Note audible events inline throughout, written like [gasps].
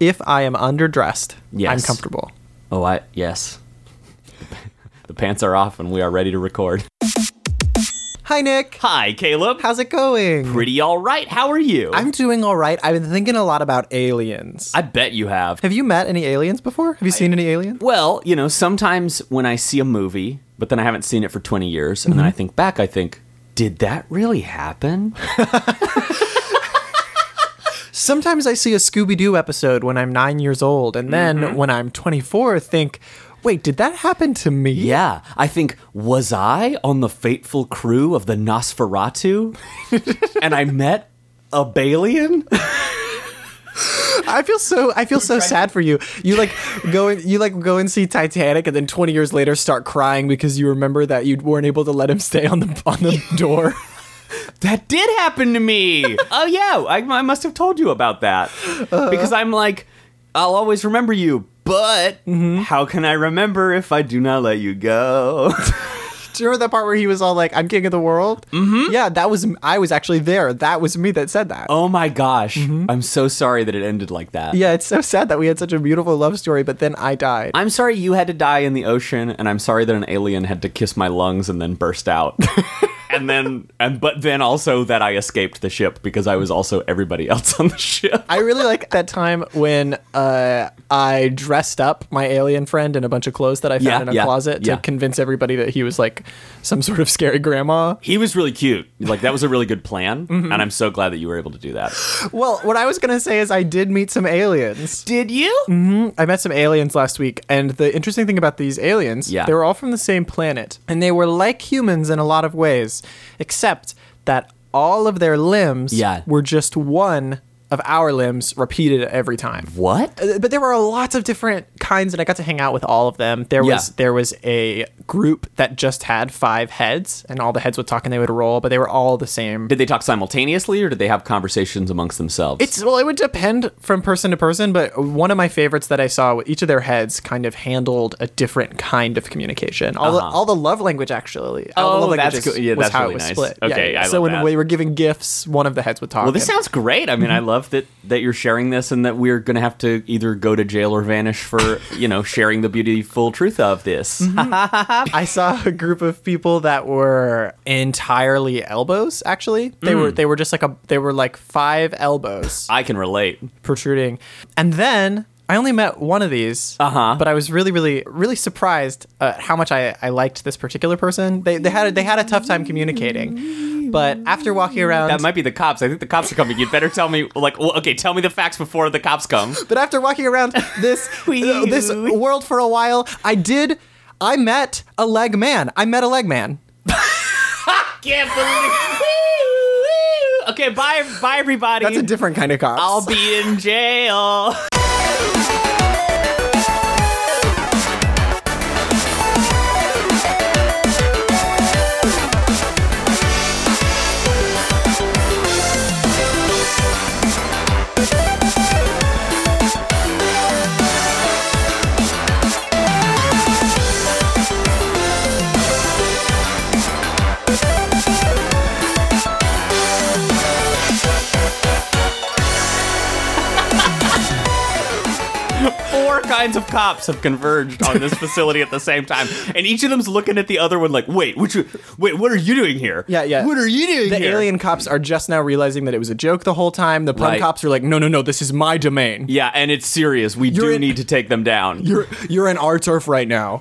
if I am underdressed, I'm Yes. comfortable. Oh, I yes. the pants are off and we are ready to record. Hi, Nick. Hi, Caleb. How's it going? Pretty all right. How are you? I'm doing all right. I've been thinking a lot about aliens. I bet you have. Have you met any aliens before? Have you seen any aliens? Well, you know, sometimes when I see a movie, but then I haven't seen it for 20 years, and then I think back, I think, did that really happen? Sometimes I see a Scooby Doo episode when I'm nine years old, and then Mm-hmm. when I'm 24, think, wait, did that happen to me? yeah. I think, was I on the fateful crew of the Nosferatu? and I met a Balian? [laughs] I feel so [laughs] I feel so sad for you. You like go and you like go and see Titanic and then 20 years later start crying because you remember that you weren't able to let him stay on the on the door. that did happen to me. [laughs] oh yeah, I, I must have told you about that because I'm like, I'll always remember you. But how can I remember if I do not let you [laughs] go? Do you remember that part where he was all like, "I'm king of the world"? Mm-hmm. Yeah, that was I was actually there. That was me that said that. oh my gosh, I'm so sorry that it ended like that. Yeah, it's so sad that we had such a beautiful love story, but then I died. I'm sorry you had to die in the ocean, and I'm sorry that an alien had to kiss my lungs and then burst [laughs] out. and then, and but then also that I escaped the ship because I was also everybody else on the ship. I really like that time when uh, I dressed up my alien friend in a bunch of clothes that I found Yeah, in a yeah, closet to yeah. convince everybody that he was like some sort of scary grandma. He was really cute. Like that was a really good plan, and I'm so glad that you were able to do that. Well, what I was gonna say is I did meet some aliens. Did you? I met some aliens last week, and the interesting thing about these aliens, Yeah. they were all from the same planet, and they were like humans in a lot of ways, except that all of their limbs Yeah. were just one of our limbs repeated every time. What? Uh, but there were lots of different kinds and i got to hang out with all of them there was Yeah. there was a group that just had five heads and all the heads would talk and they would roll but they were all the same Did they talk simultaneously or did they have conversations amongst themselves? it's well it would depend from person to person but one of my favorites that i saw each of their heads kind of handled a different kind of communication all, the, Uh-huh. all the love language actually all the Oh, love that's languages cool. Yeah, was that's how really it was nice. split Yeah, Okay, yeah. I so love when that. we were giving gifts one of the heads would talk well, this and- sounds great. I mean, I love that that you're sharing this and that we're going to have to either go to jail or vanish for, you know, sharing the beautiful truth of this. I saw a group of people that were entirely elbows. Actually, Hmm. they were they were just like a they were like five elbows I can relate. protruding, and then I only met one of these. Uh Uh-huh. But I was really really really surprised at how much I, I liked this particular person. They they had a, they had a tough time communicating, but after walking around. That might be the cops. I think the cops are coming. You'd better tell me like, well, okay, tell me the facts before the cops come. but after walking [laughs] around this uh, Wee- this world for a while, I did I met a leg man. I met a leg man. Can't believe. Okay, bye bye everybody. That's a different kind of cops. I'll be in jail. Four kinds of cops have converged [laughs] on this facility at the same time, and each of them's looking at the other one like, "Wait, which? Wait, what are you doing here? Yeah, yeah. What are you doing The here?" alien cops are just now realizing that it was a joke the whole time. The pun Right. cops are like, no, no, no, this is my domain. yeah, and it's serious. We You're do in- need to take them down. You're you're in our turf right now.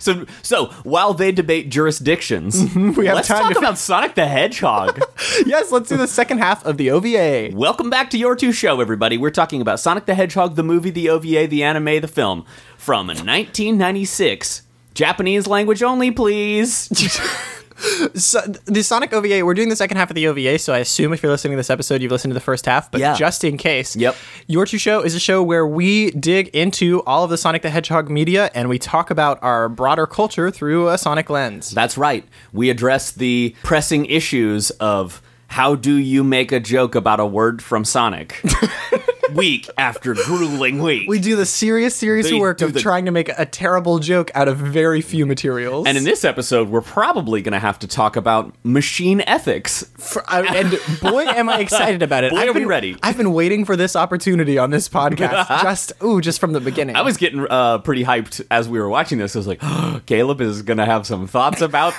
So, so while they debate jurisdictions, [laughs] We have let's time talk to- about Sonic [laughs] the Hedgehog. [laughs] yes, let's do the second half of the OVA. Welcome back to Your Two Show, everybody. We're talking about Sonic the Hedgehog, the movie, the OVA, the anime, the film from 1996. Japanese language only, please. So, the Sonic OVA. We're doing the second half of the OVA, so I assume if you're listening to this episode, you've listened to the first half. But Yeah. just in case, Yep. Your Two Show is a show where we dig into all of the Sonic the Hedgehog media and we talk about our broader culture through a Sonic lens. That's right. We address the [laughs] pressing issues of how do you make a joke about a word from Sonic? week after grueling week. We do the serious, serious They work do of the- trying to make a terrible joke out of very few materials. and in this episode, we're probably going to have to talk about machine ethics. For- I- and boy, am I excited about it! [laughs] Boy, I've are we been ready. I've been waiting for this opportunity on [laughs] this podcast. just ooh, just from the beginning. I was getting uh, pretty hyped as we were watching this. I was like, [gasps] Caleb is going to have some thoughts about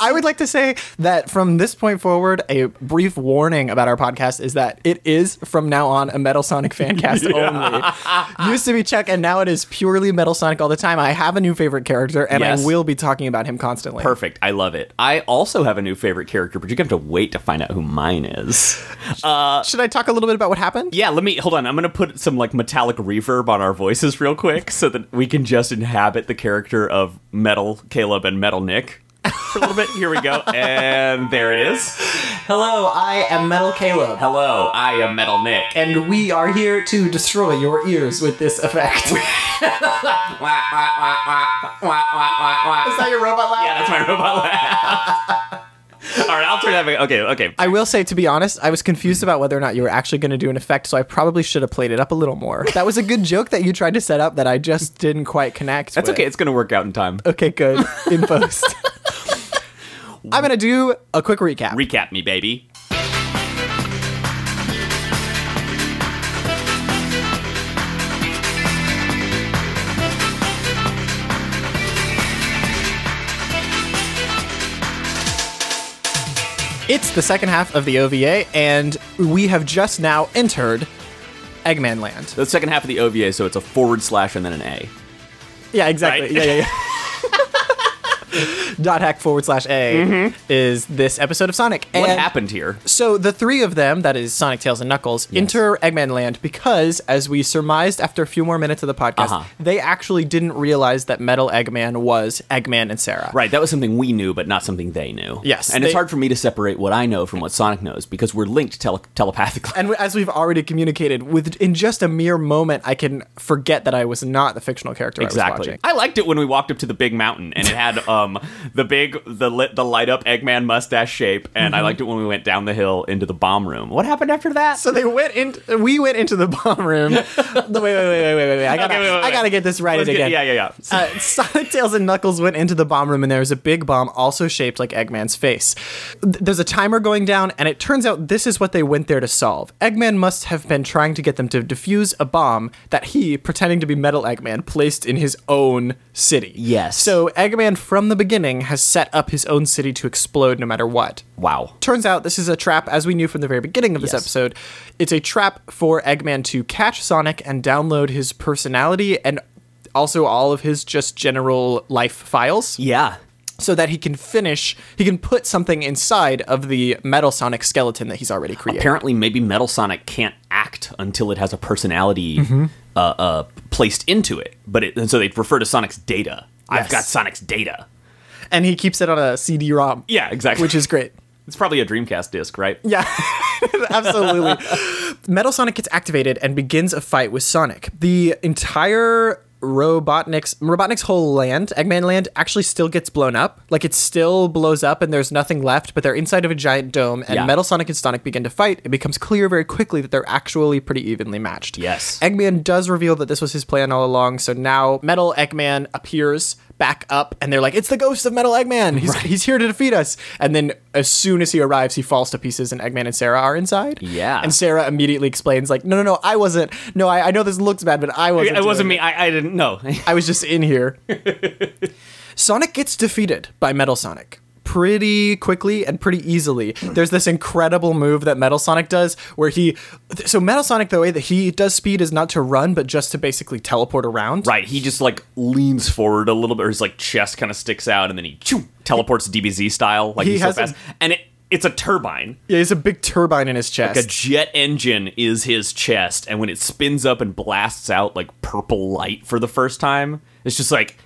[laughs] I would like to say that from this point forward, a brief warning about our podcast is that it is from now on a Metal Sonic fan cast only. Used to be Chuck, and now it is purely Metal Sonic all the time. I have a new favorite character, and Yes. I will be talking about him constantly. Perfect. I love it. I also have a new favorite character, but you're going to have to wait to find out who mine is. Uh, Should I talk a little bit about what happened? Yeah, let me hold on. I'm gonna put some like metallic reverb on our voices real quick so that we can just inhabit the character of Metal Caleb and Metal Nick for a little bit. Here we go, and there it is. Hello, I am Metal Caleb. Hello, I am Metal Nick. and we are here to destroy your ears with this effect. [laughs] Is that your robot laugh? Yeah, that's my robot laugh. All right, I'll turn that back. Okay, okay. I will say, to be honest, I was confused about whether or not you were actually going to do an effect, so I probably should have played it up a little more. That was a good joke that you tried to set up that I just didn't quite connect. That's with. okay. It's gonna work out in time. Okay, good. [laughs] In post. I'm going to do a quick recap. Recap me, baby. It's the second half of the OVA, and we have just now entered Eggman Land. The second half of the OVA, so it's a forward slash and then an A. Yeah, exactly. Right? Yeah, yeah, yeah. [laughs] Dot hack forward slash A is this episode of Sonic. Mm-hmm. What And happened here? So the three of them, that is Sonic, Tails, and Knuckles, enter Eggman Land because, as we surmised after a few more minutes of the podcast, Uh-huh. they actually didn't realize that Metal Eggman was Eggman and Sarah. Right, that was something we knew, but not something they knew. Yes, and they- it's hard for me to separate what I know from what Sonic knows because we're linked tele- [laughs] telepathically. And as we've already communicated, with in just a mere moment, I can forget that I was not the fictional character I was Exactly. watching. I liked it when we walked up to the big mountain and it had [laughs] um the big the lit the light up Eggman mustache shape, and I liked it when we went down the hill into the bomb room. What happened after that? So they went in. We went into the [laughs] bomb room. wait, wait, wait, wait, wait, wait, wait. I gotta, Okay, wait, wait, I wait. gotta get this right Let's get- again. yeah, yeah, yeah. [laughs] uh, Sonic, Tails, and Knuckles went into the bomb room, and there was a big bomb also shaped like Eggman's face. Th- There's a timer going down, and it turns out this is what they went there to solve. Eggman must have been trying to get them to defuse a bomb that he, pretending to be Metal Eggman, placed in his own city. Yes. So Eggman, from the beginning, has set up his own city to explode no matter what. wow. Turns out this is a trap, as we knew from the very beginning of this Yes. episode. It's a trap for Eggman to catch Sonic and download his personality and also all of his just general life files Yeah. so that he can finish, he can put something inside of the Metal Sonic skeleton that he's already created. Apparently, maybe Metal Sonic can't act until it has a personality uh, uh, placed into it. But it, and so they refer to Sonic's data. Yes. I've got Sonic's data. and he keeps it on a CD ROM. Yeah, exactly. Which is great. It's probably a Dreamcast disc, [laughs] right? Yeah, [laughs] absolutely. Metal Sonic gets activated and begins a fight with Sonic. The entire Robotnik's Robotnik's whole land, Eggman Land, actually still gets blown up. Like it still blows up and there's nothing left, but they're inside of a giant dome and Yeah. Metal Sonic and Sonic begin to fight. It becomes clear very quickly that they're actually pretty evenly matched. Yes. Eggman does reveal that this was his plan all along, so now Metal Eggman appears back up and they're like, It's the ghost of Metal Eggman. He's, he's here to defeat us. And then as soon as he arrives, he falls to pieces and Eggman and Sarah are inside. Yeah. And Sarah immediately explains, like, no no no, I wasn't no, I, I know this looks bad, but I wasn't. It wasn't doing me. I, I didn't know. [laughs] I was just in here. Sonic gets defeated by Metal Sonic pretty quickly and pretty easily. There's this incredible move that Metal Sonic does where he so Metal Sonic the way that he does speed is not to run but just to basically teleport around. Right, he just like leans forward a little bit, or his like chest kind of sticks out, and then he choo, teleports DBZ style, like He he's so has a- fast. and it, it's a turbine. Yeah, he's a big turbine in his chest. A jet engine is his chest, and when it spins up and blasts out like purple light for the first time, it's just like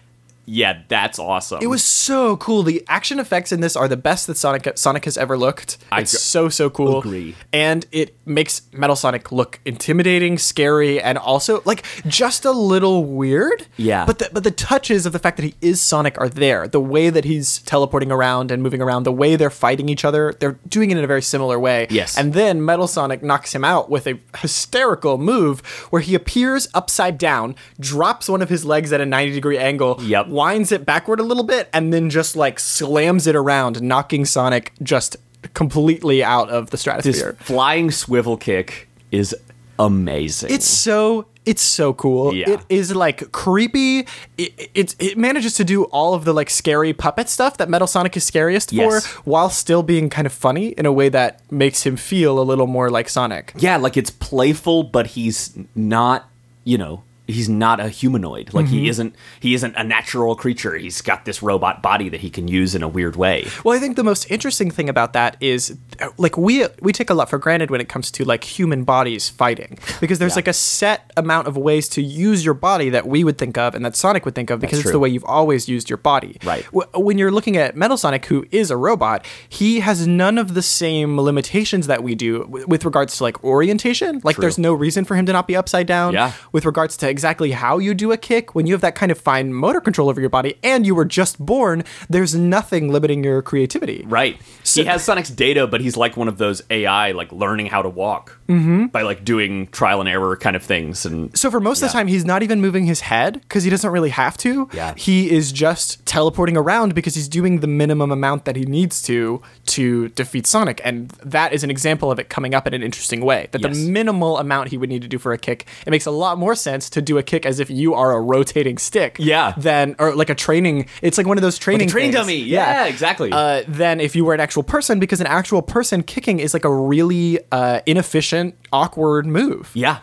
yeah, that's awesome. It was so cool. The action effects in this are the best that Sonic Sonic has ever looked. I It's g- so so cool. agree. And it makes Metal Sonic look intimidating, scary, and also like just a little weird. Yeah. But the, but the touches of the fact that he is Sonic are there. The way that he's teleporting around and moving around, the way they're fighting each other, they're doing it in a very similar way. Yes. And then Metal Sonic knocks him out with a hysterical move where he appears upside down, drops one of his legs at a 90 degree angle, Yep. winds it backward a little bit, and then just like slams it around, knocking Sonic just completely out of the this stratosphere. flying swivel kick is amazing. It's so it's so cool. Yeah. It is like creepy. It, it it manages to do all of the like scary puppet stuff that Metal Sonic is scariest Yes. for, while still being kind of funny in a way that makes him feel a little more like Sonic. yeah, like it's playful, but he's not, you know, he's not a humanoid. Like Mm-hmm. he isn't he isn't a natural creature. He's got this robot body that he can use in a weird way. Well, I think the most interesting thing about that is uh, like we we take a lot for granted when it comes to like human bodies fighting because there's Yeah. like a set amount of ways to use your body that we would think of and that Sonic would think of because it's true. the way you've always used your body. Right. Wh- When you're looking at Metal Sonic who is a robot, he has none of the same limitations that we do w- with regards to like orientation. Like there's no reason for him to not be upside down Yeah. with regards to exactly how you do a kick, when you have that kind of fine motor control over your body and you were just born, there's nothing limiting your creativity. Right. he has Sonic's data, but he's like one of those AI, like learning how to walk Mm-hmm. by like doing trial and error kind of things. And So for most of the Yeah. time, he's not even moving his head because he doesn't really have to. Yeah. He is just teleporting around because he's doing the minimum amount that he needs to to defeat Sonic. And that is an example of it coming up in an interesting way. That Yes. the minimal amount he would need to do for a kick, it makes a lot more sense to do a kick as if you are a rotating stick. Yeah. Than, or like a training, it's like one of those training training things. dummy. Yeah, exactly. Uh, than if you were an actual person because an actual person kicking is like a really uh, inefficient, awkward move. yeah.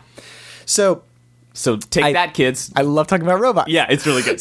So So take I- that, kids. I love talking about robots. yeah, it's really [laughs] good.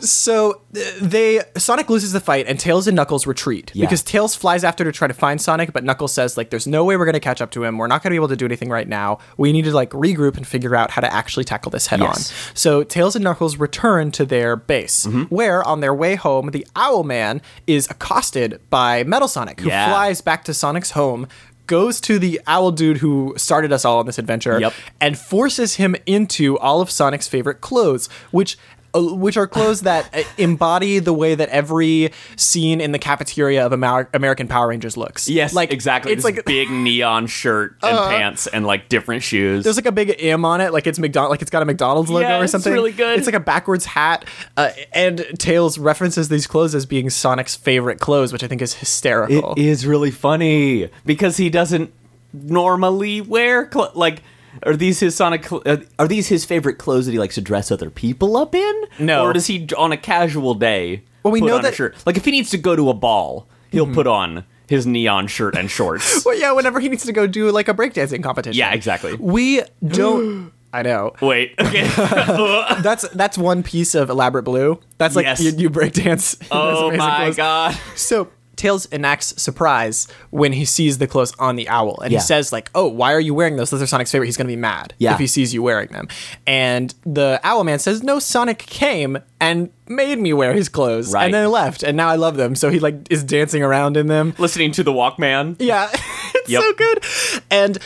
So th- they Sonic loses the fight and Tails and Knuckles retreat Yeah. because Tails flies after to try to find Sonic, but Knuckles says like there's no way we're going to catch up to him. We're not going to be able to do anything right now. We need to like regroup and figure out how to actually tackle this head Yes. Mm-hmm. on. So Tails and Knuckles return to their base, where on their way home, the Owl Man is accosted by Metal Sonic, who Yeah. flies back to Sonic's home. Goes to the owl dude who started us all on this adventure Yep. and forces him into all of Sonic's favorite clothes, which uh, which are clothes that uh, [laughs] embody the way that every scene in the cafeteria of Amer- American Power Rangers looks. yes, like exactly. It's This like Uh-huh. big neon shirt and pants and like different [laughs] shoes. there's like a big M on it, like it's McDonald, like it's got a McDonald's logo Yeah, or it's something. really good. It's like a backwards hat, uh, and Tails references these clothes as being Sonic's favorite clothes, which I think is It hysterical. is really funny because he doesn't normally wear cl- like. Are these his Sonic? Cl- uh, are these his favorite clothes that he likes to dress other people up in? No. or does he on a casual day? Well, we put know on a that- Mm-hmm. shirt? like if he needs to go to a ball, he'll put on his neon shirt [laughs] and shorts. Well, yeah, whenever he needs to go do like a breakdancing competition. yeah, exactly. We don't. [gasps] I know. Wait, [laughs] okay. That's that's one piece of elaborate blue. That's like Yes. you, you break [laughs] dance. in those oh amazing my clothes. god. So Tails enacts surprise when he sees the clothes on the owl, and Yeah. he says like, "Oh, why are you wearing those? Those are Sonic's favorite. He's gonna be mad Yeah. if he sees you wearing them." And the owl man says, "No, Sonic came and made me wear his clothes, Right. and then left, and now I love them." So he like is dancing around in them. Listening to the Walkman. Yeah, [laughs] it's Yep. so good. And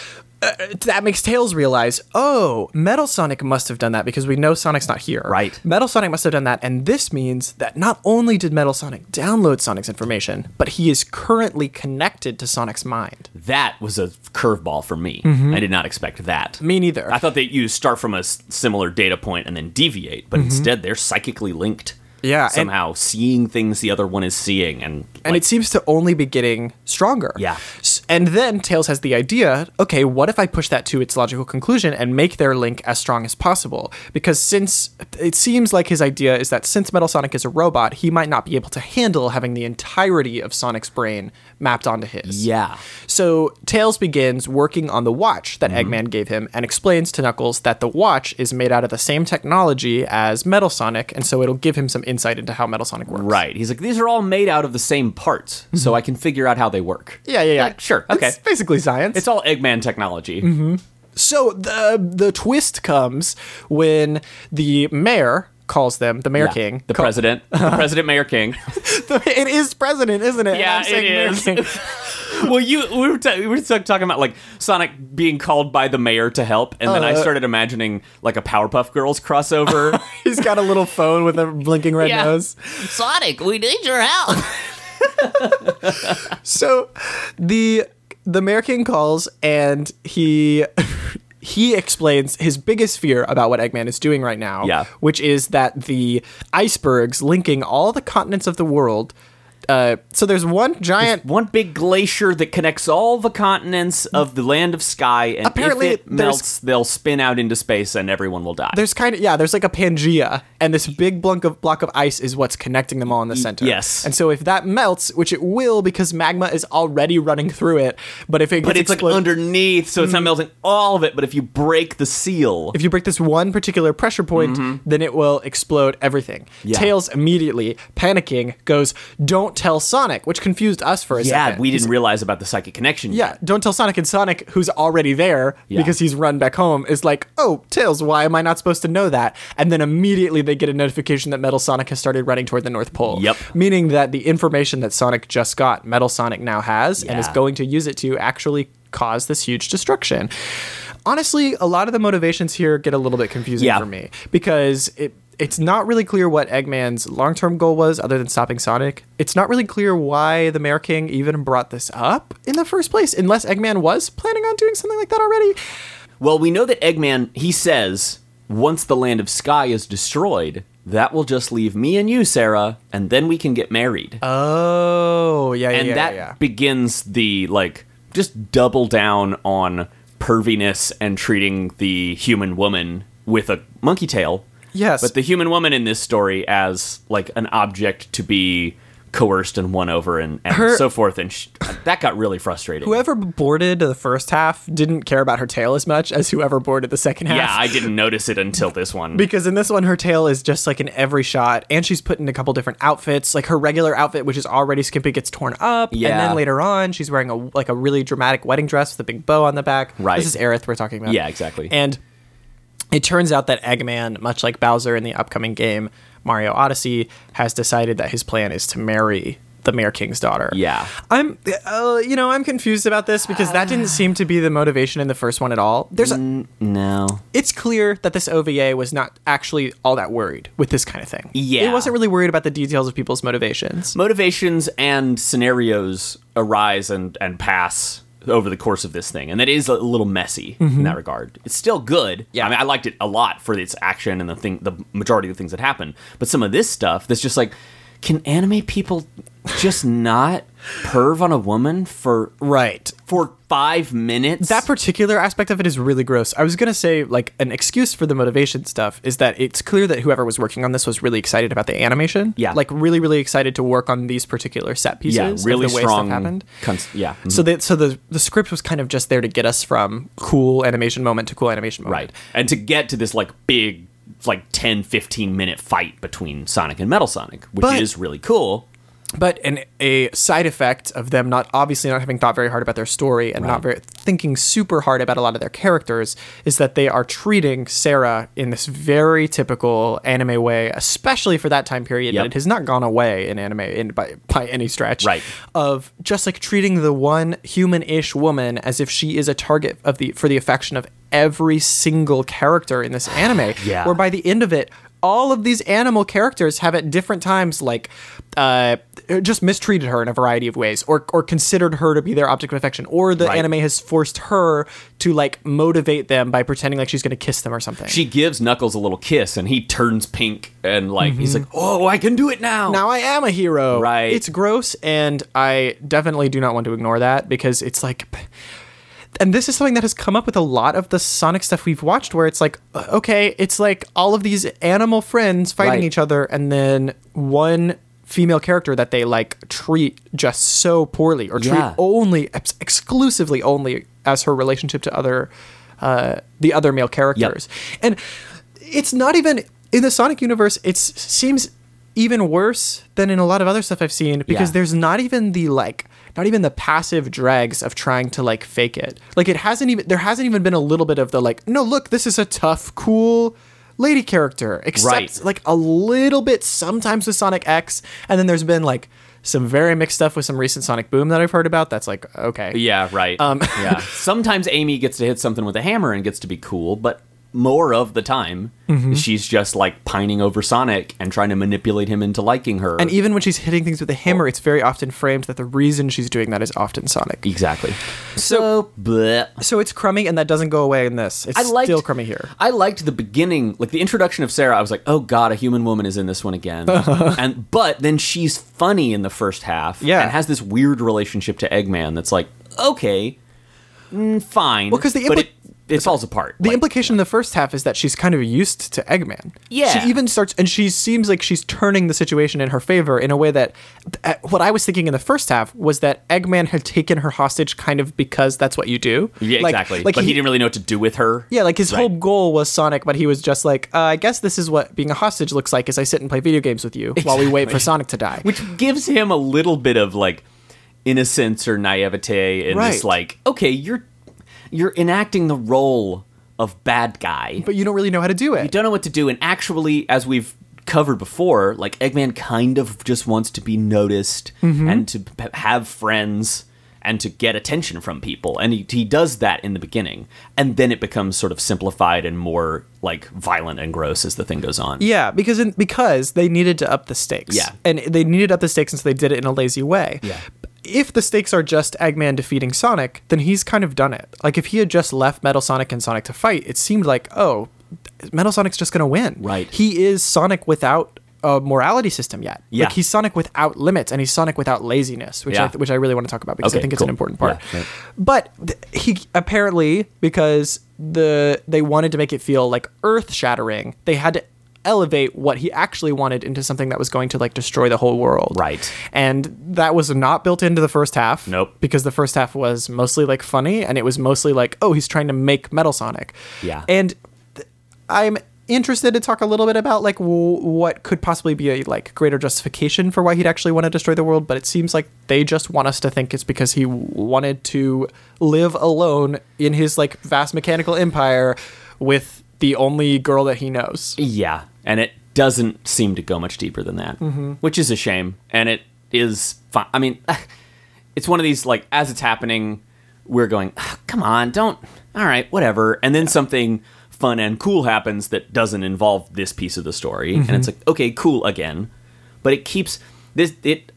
uh, that makes Tails realize, oh, Metal Sonic must have done that because we know Sonic's not here. Right. Metal Sonic must have done that. And this means that not only did Metal Sonic download Sonic's information, but he is currently connected to Sonic's mind. That was a curveball for me. I did not expect that. Mm-hmm. Me neither. I thought that you start from a s- similar data point and then deviate, but instead they're psychically linked. Mm-hmm. Yeah, and- somehow seeing things the other one is seeing, and and it seems to only be getting stronger. Yeah. S- And then Tails has the idea okay, what if I push that to its logical conclusion and make their link as strong as possible? Because since it seems like his idea is that since Metal Sonic is a robot, he might not be able to handle having the entirety of Sonic's brain mapped onto his. yeah, So Tails begins working on the watch that Mm-hmm. Eggman gave him and explains to Knuckles that the watch is made out of the same technology as Metal Sonic, and so it'll give him some insight into how Metal Sonic works. right. He's like, these are all made out of the same parts, so I can figure out how they work. Mm-hmm. Yeah, yeah, yeah. Like, sure, okay. It's basically science. It's all Eggman technology. Mm-hmm. so the the twist comes when the mayor calls them the mayor Yeah. king. [laughs] the Call- president, the president, Mayor [laughs] King. it is president, isn't it? And Yeah, I'm saying it Mayor is. King. [laughs] well, you we were ta- we were still talking about like Sonic being called by the mayor to help, and then I Uh. started imagining like a Powerpuff Girls [laughs] crossover. He's got a little phone with a blinking red Yeah. nose. Sonic, we need your help. [laughs] So the the Mayor King calls and he [laughs] he explains his biggest fear about what Eggman is doing right now, Yeah. which is that the icebergs linking all the continents of the world. Uh, so there's one giant. One big glacier that connects all the continents of the land of sky, and Apparently, if it there's- melts, they'll spin out into space, and everyone will die. There's kind of yeah. There's like a Pangea, and this big block of block of ice is what's connecting them all in the center. yes. And so if that melts, which it will, because magma is already running through it, but if it but gets it's like exploded- underneath, so it's not melting all of it. But if you break the seal, Mm. if you break this one particular pressure point, then it will explode everything. Mm-hmm. Yeah. Tails immediately, panicking, goes, Don't tell Sonic, which confused us for a yeah, second. we didn't realize about the psychic connection. Yeah, don't tell Sonic. And Sonic, who's already there Yeah. because he's run back home, is like, Oh, Tails, why am I not supposed to know that? And then immediately they get a notification that Metal Sonic has started running toward the North Pole. Yep. Meaning that the information that Sonic just got, Metal Sonic now has and is Yeah. going to use it to actually cause this huge destruction. Honestly, a lot of the motivations here get a little bit confusing Yeah. for me because it it's not really clear what Eggman's long-term goal was other than stopping Sonic. It's not really clear why the Mayor King even brought this up in the first place unless Eggman was planning on doing something like that already. Well, we know that Eggman, he says, once the land of sky is destroyed, that will just leave me and you, Sarah, and then we can get married. Oh, yeah, yeah, and yeah, that yeah. begins the, like, just double down on perviness and treating the human woman with a monkey tail. Yes. But the human woman in this story as, like, an object to be coerced and won over and, and Her- so forth. And sh- that got really frustrating. Whoever boarded the first half didn't care about her tail as much as whoever boarded the second half. yeah, I didn't notice it until this one. Because in this one, her tail is just like in every shot, and she's put in a couple different outfits. Like her regular outfit, which is already skimpy, gets torn up, and Yeah. then later on, she's wearing a like a really dramatic wedding dress with a big bow on the back. Right. This is Aerith we're talking about. Yeah, exactly. And it turns out that Eggman, much like Bowser in the upcoming game Mario Odyssey, has decided that his plan is to marry the Mayor King's daughter. Yeah. I'm, uh, you know, I'm confused about this because that didn't seem to be the motivation in the first one at all. There's a, no. it's clear that this OVA was not actually all that worried with this kind of thing. Yeah. It wasn't really worried about the details of people's motivations. motivations and scenarios arise and, and pass over the course of this thing and that is a little messy in Mm-hmm. that regard it's still good yeah i mean i liked it a lot for its action and the thing the majority of the things that happen but some of this stuff that's just like can anime people just not perv on a woman for Right. for five minutes That particular aspect of it is really gross. I was going to say, like, an excuse for the motivation stuff is that it's clear that whoever was working on this was really excited about the animation. Yeah. Like, really, really excited to work on these particular set pieces. yeah of really the way strong Stuff happened. cons- yeah mm-hmm. So, that so the, the script was kind of just there to get us from cool animation moment to cool animation moment. Right. And to get to this like big like 10 15 minute fight between Sonic and Metal Sonic, which But- is really cool. but an a side effect of them not obviously not having thought very hard about their story and not very thinking super hard about a lot of their characters is that they are treating Sarah in this very typical anime way, especially for that time period. Yep. But it has not gone away in anime in, by by any stretch. Right. Of just like treating the one human-ish woman as if she is a target of the for the affection of every single character in this anime. [sighs] Yeah. Where by the end of it, all of these animal characters have at different times like uh, just mistreated her in a variety of ways, or or considered her to be their object of affection, or the Right. anime has forced her to like motivate them by pretending like she's going to kiss them or something. She gives Knuckles a little kiss and he turns pink and like he's like, "Oh, I can do it now." Mm-hmm. now I am a hero. Right. It's gross, and I definitely do not want to ignore that because it's like. And this is something that has come up with a lot of the Sonic stuff we've watched, where it's like, uh, okay, it's like all of these animal friends fighting Right. each other, and then one female character that they like treat just so poorly, or treat Yeah. only ex- exclusively only as her relationship to other uh, the other male characters, and it's not even in the Sonic universe. It seems even worse than in a lot of other stuff I've seen because Yeah. there's not even the like not even the passive dregs of trying to like fake it. Like it hasn't even there hasn't even been a little bit of the like no look this is a tough cool lady character, except Right. like a little bit sometimes with Sonic X, and then there's been like some very mixed stuff with some recent Sonic Boom that I've heard about. That's like okay, Yeah, right. Um, [laughs] yeah. Sometimes Amy gets to hit something with a hammer and gets to be cool, but more of the time, Mm-hmm. she's just like pining over Sonic and trying to manipulate him into liking her. And e- even when she's hitting things with a hammer, it's very often framed that the reason she's doing that is often Sonic. exactly. So- bleh. So it's crummy, and that doesn't go away in this. It's I liked still crummy here. I liked the beginning, like the introduction of Sarah. I was like, "Oh God, a human woman is in this [laughs] one again." and but then she's funny in the first half, Yeah. and has this weird relationship to Eggman that's like, okay, mm, fine. Well, 'cause the but impli- it, it falls apart. The Like, implication in the first half is that she's kind of used to Eggman. Yeah. She even starts, and she seems like she's turning the situation in her favor in a way that uh, what I was thinking in the first half was that Eggman had taken her hostage kind of because that's what you do. yeah, Like- exactly. Like but he, didn't really know what to do with her. Yeah, like his Right. whole goal was Sonic, but he was just like, uh, I guess this is what being a hostage looks like is I sit and play video games with you [laughs] while we wait for Sonic to die. which gives him a little bit of like innocence or naivete and Right. this like okay you're you're enacting the role of bad guy but you don't really know how to do it. you don't know what to do and actually as we've covered before like eggman kind of just wants to be noticed and to p- have friends and to get attention from people and he, he does that in the beginning and then it becomes sort of simplified and more like violent and gross as the thing goes on Yeah, because in, because they needed to up the stakes. Yeah. and they needed up the stakes, and so they did it in a lazy way. Yeah. If the stakes are just Eggman defeating Sonic, then he's kind of done it. Like if he had just left Metal Sonic and Sonic to fight, it seemed like oh, Metal Sonic's just gonna win. Right. He is Sonic without a morality system yet. Yeah. Like he's Sonic without limits, and he's Sonic without laziness, which I Yeah. th- which I really want to talk about because I Okay, think it's cool. an important part. Yeah, right. But th- he apparently because the they wanted to make it feel like earth shattering, they had to elevate what he actually wanted into something that was going to like destroy the whole world. Right. And that was not built into the first half. Nope. Because the first half was mostly like funny and it was mostly like, oh, he's trying to make Metal Sonic. Yeah. And th- I'm interested to talk a little bit about like w- what could possibly be a like greater justification for why he'd actually want to destroy the world, but it seems like they just want us to think it's because he w- wanted to live alone in his like vast mechanical empire with the only girl that he knows. Yeah, and it doesn't seem to go much deeper than that, which is a shame. And it is, fi- I mean, [laughs] it's one of these like as it's happening, we're going, "Ah, come on, don't, all right, whatever. And then something fun and cool happens that doesn't involve this piece of the story, and it's like, okay, cool again. But it keeps this it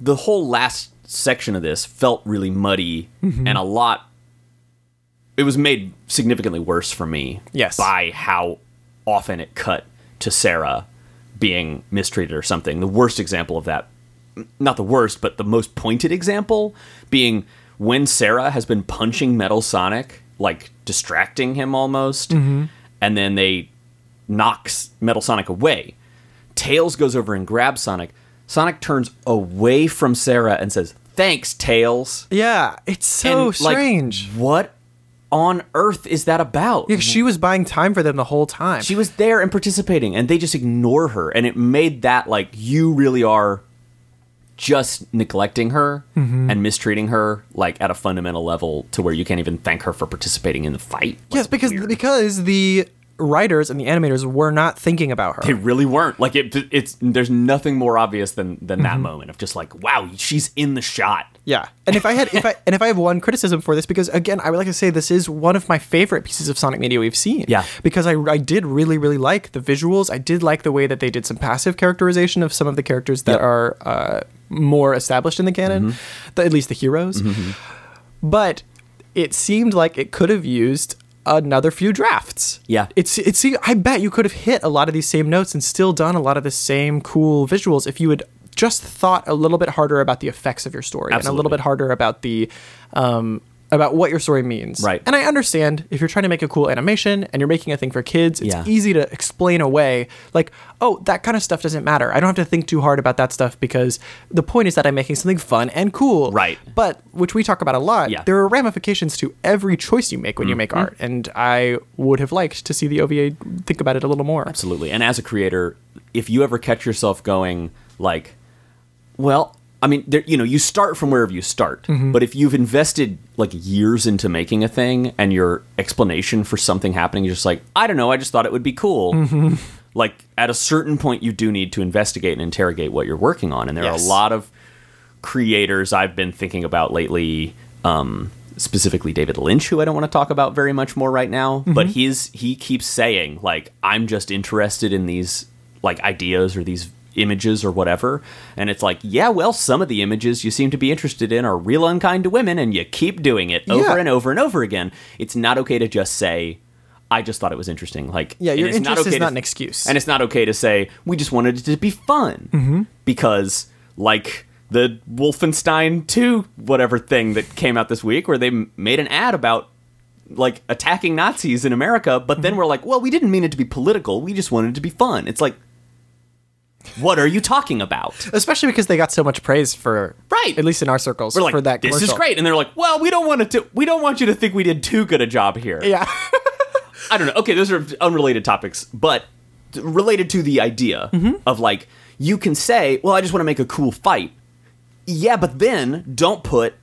the whole last section of this felt really muddy and a lot it was made significantly worse for me Yes. by how often it cut to sarah being mistreated or something the worst example of that not the worst but the most pointed example being when sarah has been punching metal sonic like distracting him almost and then they knocks metal sonic away Tails goes over and grabs Sonic. Sonic turns away from Sarah and says, "Thanks, Tails." Yeah, it's so And, like, strange. what on earth is that about? Yeah, she was buying time for them the whole time. She was there and participating, and they just ignore her, and it made that like you really are just neglecting her Mm-hmm. and mistreating her like at a fundamental level to where you can't even thank her for participating in the fight. Like, yes, because weird. because the writers and the animators were not thinking about her. They really weren't. Like it, it's there's nothing more obvious than than Mm-hmm. that moment of just like, wow, she's in the shot. yeah, and if I had if I [laughs] and if I have one criticism for this, because again, I would like to say this is one of my favorite pieces of Sonic media we've seen. Yeah. because I I did really really like the visuals. I did like the way that they did some passive characterization of some of the characters that Yep. are Mm-hmm. uh, more established in the canon, the, at least the heroes. But it seemed like it could have used another few drafts. Yeah. It's it's I bet you could have hit a lot of these same notes and still done a lot of the same cool visuals if you had just thought a little bit harder about the effects of your story and a little Absolutely. bit harder about the um about what your story means. Right. And I understand if you're trying to make a cool animation and you're making a thing for kids, it's Yeah. easy to explain away like, oh, that kind of stuff doesn't matter. I don't have to think too hard about that stuff because the point is that I'm making something fun and cool. Right. But which we talk about a lot, Yeah. Mm-hmm. there are ramifications to every choice you make when you make art. And I would have liked to see the OVA think about it a little more. Absolutely. And as a creator, if you ever catch yourself going like, well, I I mean, there, you know, you start from wherever you start. But if you've invested like years into making a thing and your explanation for something happening is just like, I don't know, I just thought it would be cool. Like at a certain point, you do need to investigate and interrogate what you're working on. And there are Yes. a lot of creators I've been thinking about lately. Um, specifically David Lynch, who I don't want to talk about very much more right now, Mm-hmm. but he's he keeps saying like I'm just interested in these like ideas or these images or whatever, and it's like yeah, well, some of the images you seem to be interested in are real unkind to women, and you keep doing it over Yeah. and over and over again. It's not okay to just say. I just thought it was interesting. Like, Yeah, and your it's interest is okay to- not an excuse. Mm-hmm. and it's not okay to say we just wanted it to be fun because, like the Wolfenstein 2 whatever thing that came out this week, where they m- made an ad about like attacking Nazis in America, but Mm-hmm. then we're like, well, we didn't mean it to be political. We just wanted it to be fun. It's like, what are you talking about? especially because they got so much praise for Right. at least in our circles We're like, for that this commercial. is great, and they're like, well, we don't want it to. We don't want you to think we did too good a job here. yeah I don't know. Okay, those are unrelated topics, but related to the idea of like you can say, "Well, I just want to make a cool fight." Yeah, but then don't put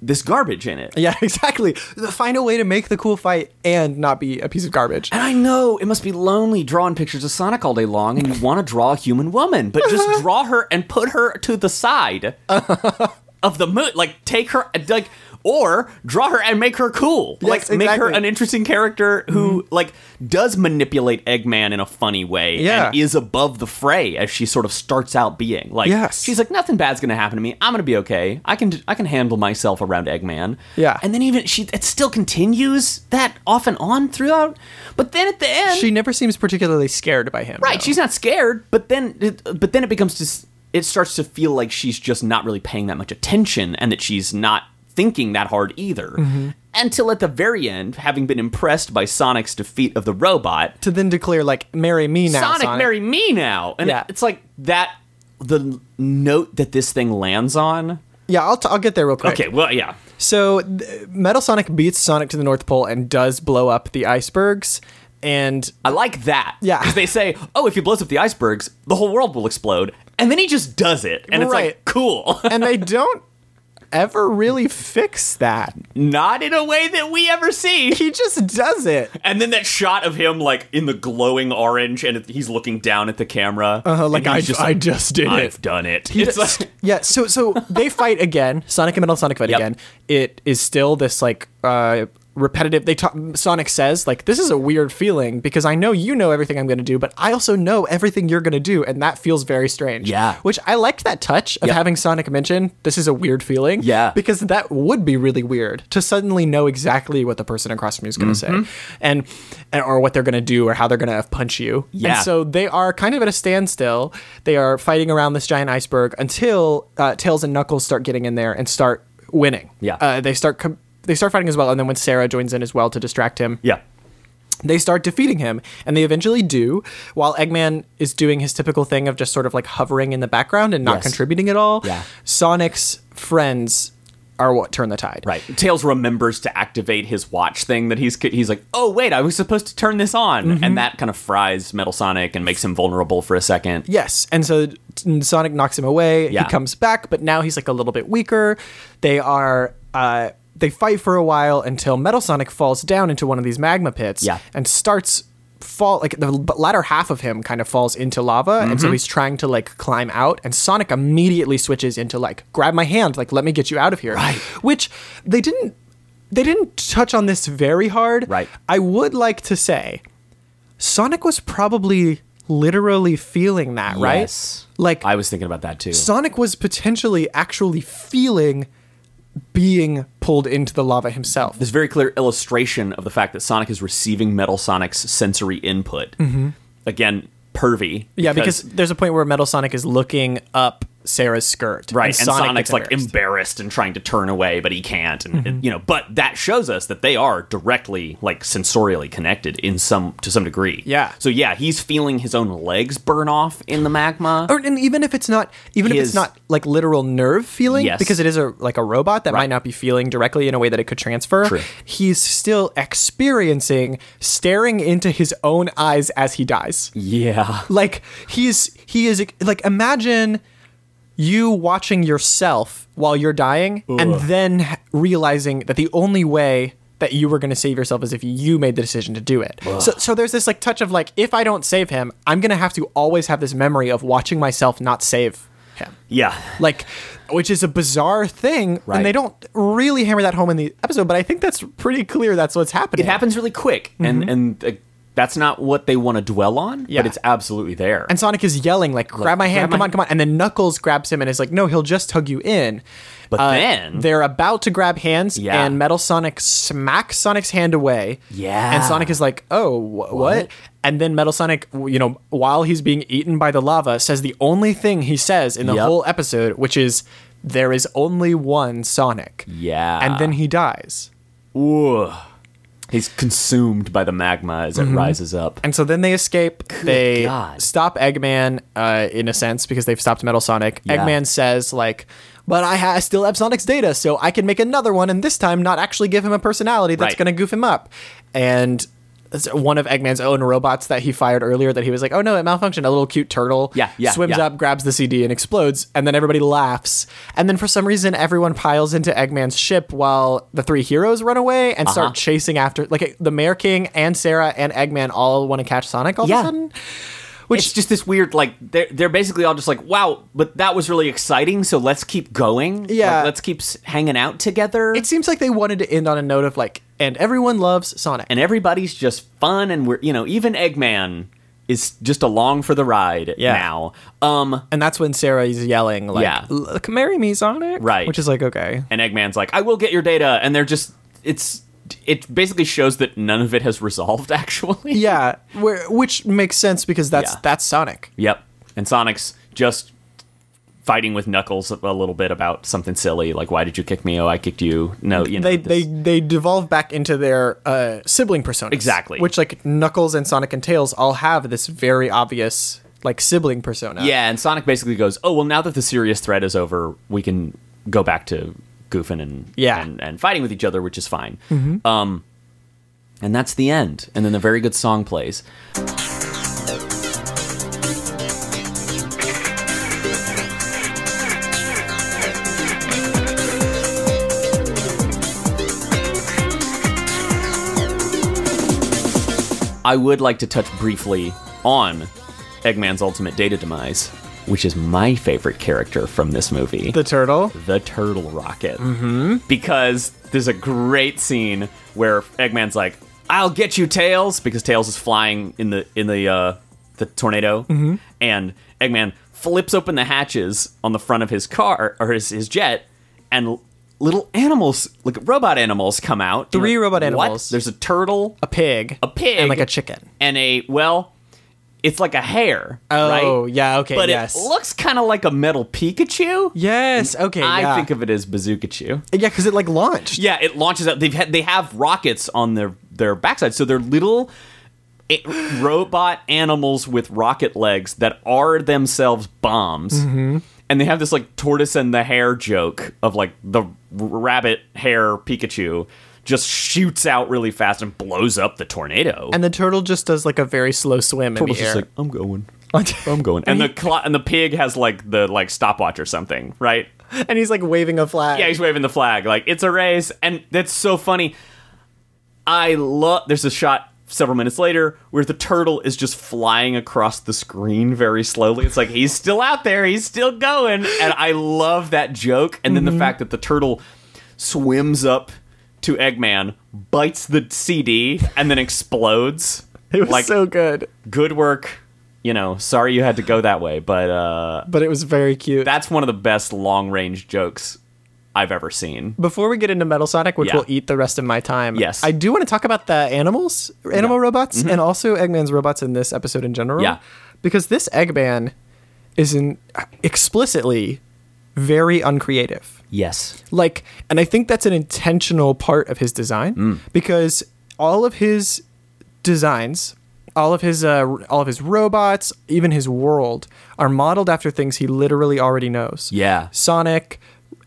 this garbage in it. yeah [laughs] exactly find a way to make the cool fight and not be a piece of garbage And I know it must be lonely drawing pictures of Sonic all day long, and you want to draw a human woman, but just [laughs] draw her and put her to the side of the moon. Like, take her, like, or draw her and make her cool. like, make her exactly. Mm-hmm. an interesting character who, like, does manipulate Eggman in a funny way Yeah. and is above the fray as she sort of starts out being. Like, Yes. she's like, nothing bad's gonna happen to me. I'm gonna be okay. I can, I can handle myself around Eggman. Yeah. And then even she, it still continues that off and on throughout. But then at the end, she never seems particularly scared by him right? though. She's not scared. But then, it, but then it becomes just, it starts to feel like she's just not really paying that much attention, and that she's not thinking that hard either. Mm-hmm. Until at the very end, having been impressed by Sonic's defeat of the robot, to then declare like marry me now Sonic, marry me now, and Yeah. it's like that. The note that this thing lands on. yeah I'll, t- I'll get there real quick Okay, well, yeah. So th- Metal Sonic beats Sonic to the North Pole and does blow up the icebergs. And I like that. Yeah. Because they say, oh, if he blows up the icebergs, the whole world will explode. And then he just does it. And it's Right. like, cool. [laughs] and they [laughs] don't ever really fix that. Not in a way that we ever see. He just does it. And then that shot of him, like, in the glowing orange, and he's looking down at the camera. Uh, like and I he's just, I just did I've it. done it. He it's just- like, [laughs] yeah. So so they fight again. Sonic and Metal Sonic fight Yep. again. It is still this like uh, repetitive. They talk, Sonic says like this is a weird feeling because I know you know everything I'm going to do, but I also know everything you're going to do, and that feels very strange. Yeah. Which I liked that touch of Yep. having Sonic mention this is a weird feeling. Yeah. Because that would be really weird to suddenly know exactly what the person across from you is going to Mm-hmm. say, and, and or what they're going to do or how they're going to punch you. Yeah. And so they are kind of at a standstill. They are fighting around this giant iceberg until uh, Tails and Knuckles start getting in there and start winning. Yeah. Uh, they start com- they start fighting as well, and then when Sarah joins in as well to distract him, yeah. they start defeating him, and they eventually do. While Eggman is doing his typical thing of just sort of like hovering in the background and not Yes. contributing at all, Yeah. Sonic's friends are what turn the tide. Right. Tails remembers to activate his watch thing that he's he's like, oh wait, I was supposed to turn this on, Mm-hmm. and that kind of fries Metal Sonic and makes him vulnerable for a second. Yes, and so t- Sonic knocks him away. Yeah. He comes back, but now he's like a little bit weaker. They are uh, they fight for a while until Metal Sonic falls down into one of these magma pits. Yeah. and starts fall like the l- latter half of him kind of falls into lava, and Mm-hmm. so he's trying to like climb out, and Sonic immediately switches into like grab my hand, like let me get you out of here. Right. which they didn't they didn't touch on this very hard. Right. I would like to say Sonic was probably literally feeling that, Yes. right? Like I was thinking about that too. Sonic was potentially actually feeling being pulled into the lava himself. this very clear illustration of the fact that Sonic is receiving Metal Sonic's sensory input. Again, pervy. Mm-hmm. yeah, because there's a point where Metal Sonic is looking up Sarah's skirt. right, and, Sonic's gets like embarrassed. Mm-hmm. embarrassed and trying to turn away, but he can't, and you know. But that shows us that they are directly like sensorially connected in some to some degree. Yeah. So yeah, he's feeling his own legs burn off in the magma. or and even if it's not even if it's His- not like literal nerve feeling Yes. because it is a like a robot that might not be feeling directly in a way that it could transfer True. he's still experiencing staring into his own eyes as he dies yeah. like he's he is like imagine you watching yourself while you're dying and Ugh. then h- realizing that the only way that you were going to save yourself is if you made the decision to do it. So, so there's this like touch of like, if I don't save him, I'm going to have to always have this memory of watching myself not save him Yeah. like which is a bizarre thing Right. and they don't really hammer that home in the episode but i think that's pretty clear that's what's happening It happens really quick, and and uh, that's not what they want to dwell on, Mm-hmm. Yeah. but it's absolutely there. and sonic is yelling like grab my hand grab come my- on come on and then knuckles grabs him and is like no he'll just tug you in Uh, But then- they're about to grab hands Yeah. and metal sonic smacks sonic's hand away Yeah. and sonic is like oh wh- what, And then Metal Sonic, w- you know, while he's being eaten by the lava, says the only thing he says in the Yep. whole episode, which is, "There is only one Sonic." yeah, and then he dies. Ooh. he's consumed by the magma as it rises up. And so then they escape. they God. stop Eggman, uh, in a sense, because they've stopped Metal Sonic. Yeah. Eggman says, like, but I, ha- I still have Sonic's data, so I can make another one, and this time not actually give him a personality that's Right. going to goof him up. And it's one of Eggman's own robots that he fired earlier that he was like, oh no, it malfunctioned. A little cute turtle Yeah, yeah, swims yeah. up, grabs the CD, and explodes. And then everybody laughs. And then for some reason, everyone piles into Eggman's ship while the three heroes run away and Uh-huh. start chasing after like the Mayor King and Sarah and Eggman all want to catch Sonic all Yeah. of a sudden. Which it's just this weird like they're they're basically all just like wow but that was really exciting so let's keep going Yeah. Like, let's keep s- hanging out together it seems like they wanted to end on a note of like, and everyone loves Sonic. and everybody's just fun and we're you know even eggman is just along for the ride Yeah. now um And that's when Sarah is yelling like, Yeah. "L- "Marry me, Sonic!" Right. Which is like, okay, and eggman's like i will get your data and they're just it's it basically shows that none of it has resolved [laughs] actually yeah, where, which makes sense because that's Yeah. that's Sonic. yep and sonic's just fighting with knuckles a a little bit about something silly like why did you kick me oh i kicked you no you know They this- they they devolve back into their uh, sibling personas, Exactly. Which like Knuckles and Sonic and Tails all have this very obvious like sibling persona. Yeah, and Sonic basically goes, "Oh well, now that the serious threat is over, we can go back to goofing and Yeah. Mm-hmm. and, and fighting with each other, which is fine." Um, and that's the end. And then a very good song plays. I would like to touch briefly on Eggman's ultimate data demise, which is my favorite character from this movie The turtle. the turtle rocket mm-hmm. because there's a great scene where Eggman's like, "I'll get you, Tails," because Tails is flying in the in the uh, the tornado, Mm-hmm. and Eggman flips open the hatches on the front of his car or his his jet, and l- little animals, like robot animals, come out. You're Three like, robot "What?" animals. There's a turtle, a pig, a pig, and like a chicken. and a well, it's like a hare. Oh, right? yeah, okay, But yes. it looks kind of like a metal Pikachu. Yes. Okay. I yeah. think of it as Bazookachu. yeah, because it like launched. Yeah, it launches out. They've had, they have rockets on their their backside, so they're little it, robot animals with rocket legs that are themselves bombs. And they have this like tortoise and the hare joke of like the rabbit hare Pikachu just shoots out really fast and blows up the tornado. And the turtle just does like a very slow swim Tortoise in the is air. like, I'm going. I'm going. And the clo- and the pig has like the like stopwatch or something, right? and he's like waving a flag. Yeah, he's waving the flag. Like it's a race, and that's so funny. I love. There's a shot several minutes later where the turtle is just flying across the screen very slowly. It's like he's still out there, he's still going, and I love that joke. And Mm-hmm. then the fact that the turtle swims up to Eggman, bites the CD, and then explodes. [laughs] it was like so good, good work. You know, sorry you had to go that way, [laughs] but uh, but it was very cute. that's one of the best long range jokes I've ever seen. Before we get into Metal Sonic, which Yeah. will eat the rest of my time, Yes. Mm-hmm. I do want to talk about the animals, animal robots, and also Eggman's robots in this episode in general. Yeah. because this Eggman is in explicitly very uncreative. Yes. like and i think that's an intentional part of his design Mm. because all of his designs all of his uh, r- all of his robots even his world are modeled after things he literally already knows Yeah. sonic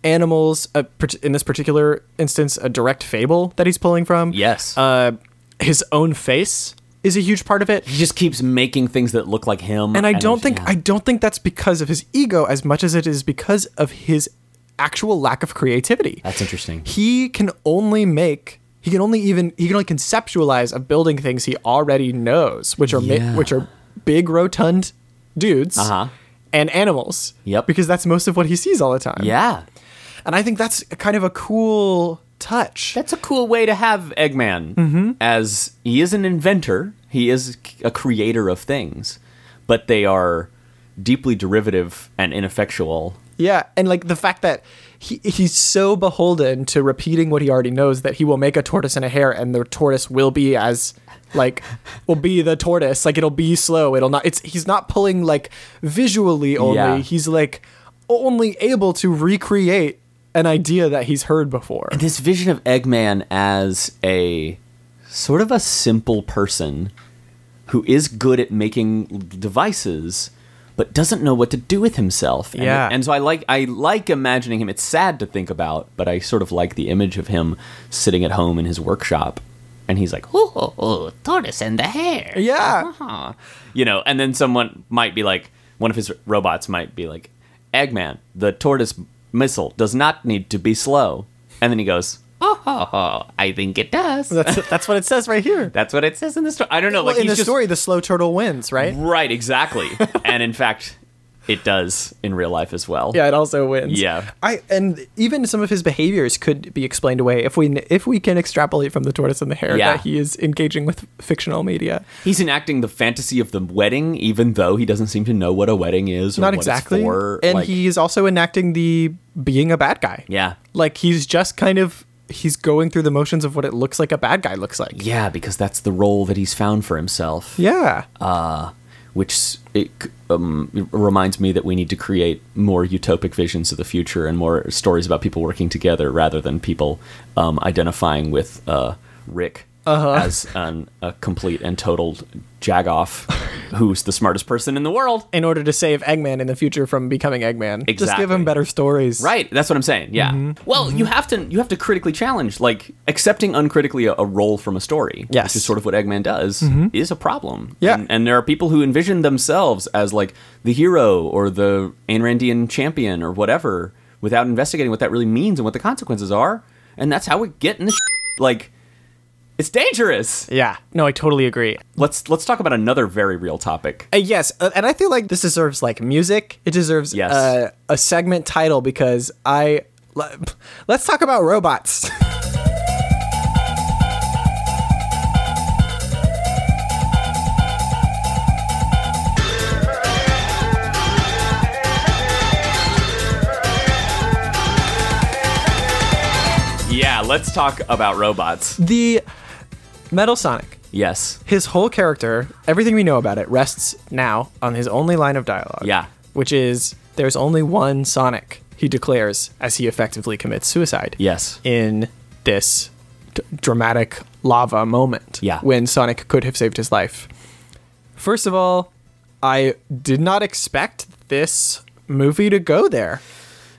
animals uh, part- in this particular instance a direct fable that he's pulling from Yes. uh, his own face is a huge part of it. He just keeps making things that look like him. And I don't think yeah. I don't think that's because of his ego as much as it is because of his actual lack of creativity. That's interesting. He can only make he can only even he can only conceptualize of building things he already knows, which are Yeah. ma- which are big rotund dudes Uh-huh. and animals. Yep. Because that's most of what he sees all the time. Yeah. And I think that's kind of a cool touch. That's a cool way to have Eggman, Mm-hmm. as he is an inventor. He is a creator of things, but they are deeply derivative and ineffectual. Yeah, and like the fact that he he's so beholden to repeating what he already knows that he will make a tortoise and a hare, and the tortoise will be as [laughs] like will be the tortoise. Like it'll be slow. It'll not. It's he's not pulling like visually only. Yeah. He's like only able to recreate an idea that he's heard before. This vision of Eggman as a sort of a simple person who is good at making devices but doesn't know what to do with himself. And- Yeah. And so I like I like imagining him. It's sad to think about, but I sort of like the image of him sitting at home in his workshop and he's like, Ooh, ooh, ooh, tortoise and the hare. Uh-huh. Yeah, you know, and then someone might be like, one of his robots might be like, Eggman, the tortoise missile does not need to be slow. And then he goes, Oh, ho, ho, I think it does. that's that's what it says right here. that's what it says in the story. I don't know. Well, like in the he's just, story, the slow turtle wins, right? Right, [laughs] exactly. and in fact, it does in real life as well. [laughs] Yeah, it also wins. Yeah. I and even some of his behaviors could be explained away if we if we can extrapolate from the tortoise and the hare Yeah. that he is engaging with fictional media. He's enacting the fantasy of the wedding, even though he doesn't seem to know what a wedding is or Not what exactly. it's for. and like- he is also enacting the being a bad guy. Yeah. Like he's just kind of he's going through the motions of what it looks like a bad guy looks like. Yeah, because that's the role that he's found for himself. Yeah. uh, which s- it c- um, it reminds me that we need to create more utopic visions of the future and more stories about people working together rather than people um, identifying with uh, Rick as an, a complete and total jagoff who's the smartest person in the world. in order to save Eggman in the future from becoming Eggman. Just give Exactly. him better stories. Right, that's what I'm saying. Yeah. Mm-hmm. Well, you have to you have to critically challenge, like accepting uncritically a, a role from a story, Yes. Mm-hmm. which is sort of what Eggman does, is a problem. Yeah. and, and there are people who envision themselves as like the hero or the Ayn Randian champion or whatever, without investigating what that really means and what the consequences are, and that's how we get in the sh- like. It's dangerous. Yeah. No, I totally agree. Let's let's talk about another very real topic. Uh, yes, uh, and I feel like this deserves like music. It deserves Yes. uh, a segment title because I le- let's talk about robots. [laughs] Yeah, let's talk about robots. the Metal Sonic, Yes. his whole character, everything we know about it rests now on his only line of dialogue. Yeah. Which is there's only one Sonic, he declares as he effectively commits suicide. Yes. In this d- dramatic lava moment Yeah. when Sonic could have saved his life. First of all, I did not expect this movie to go there.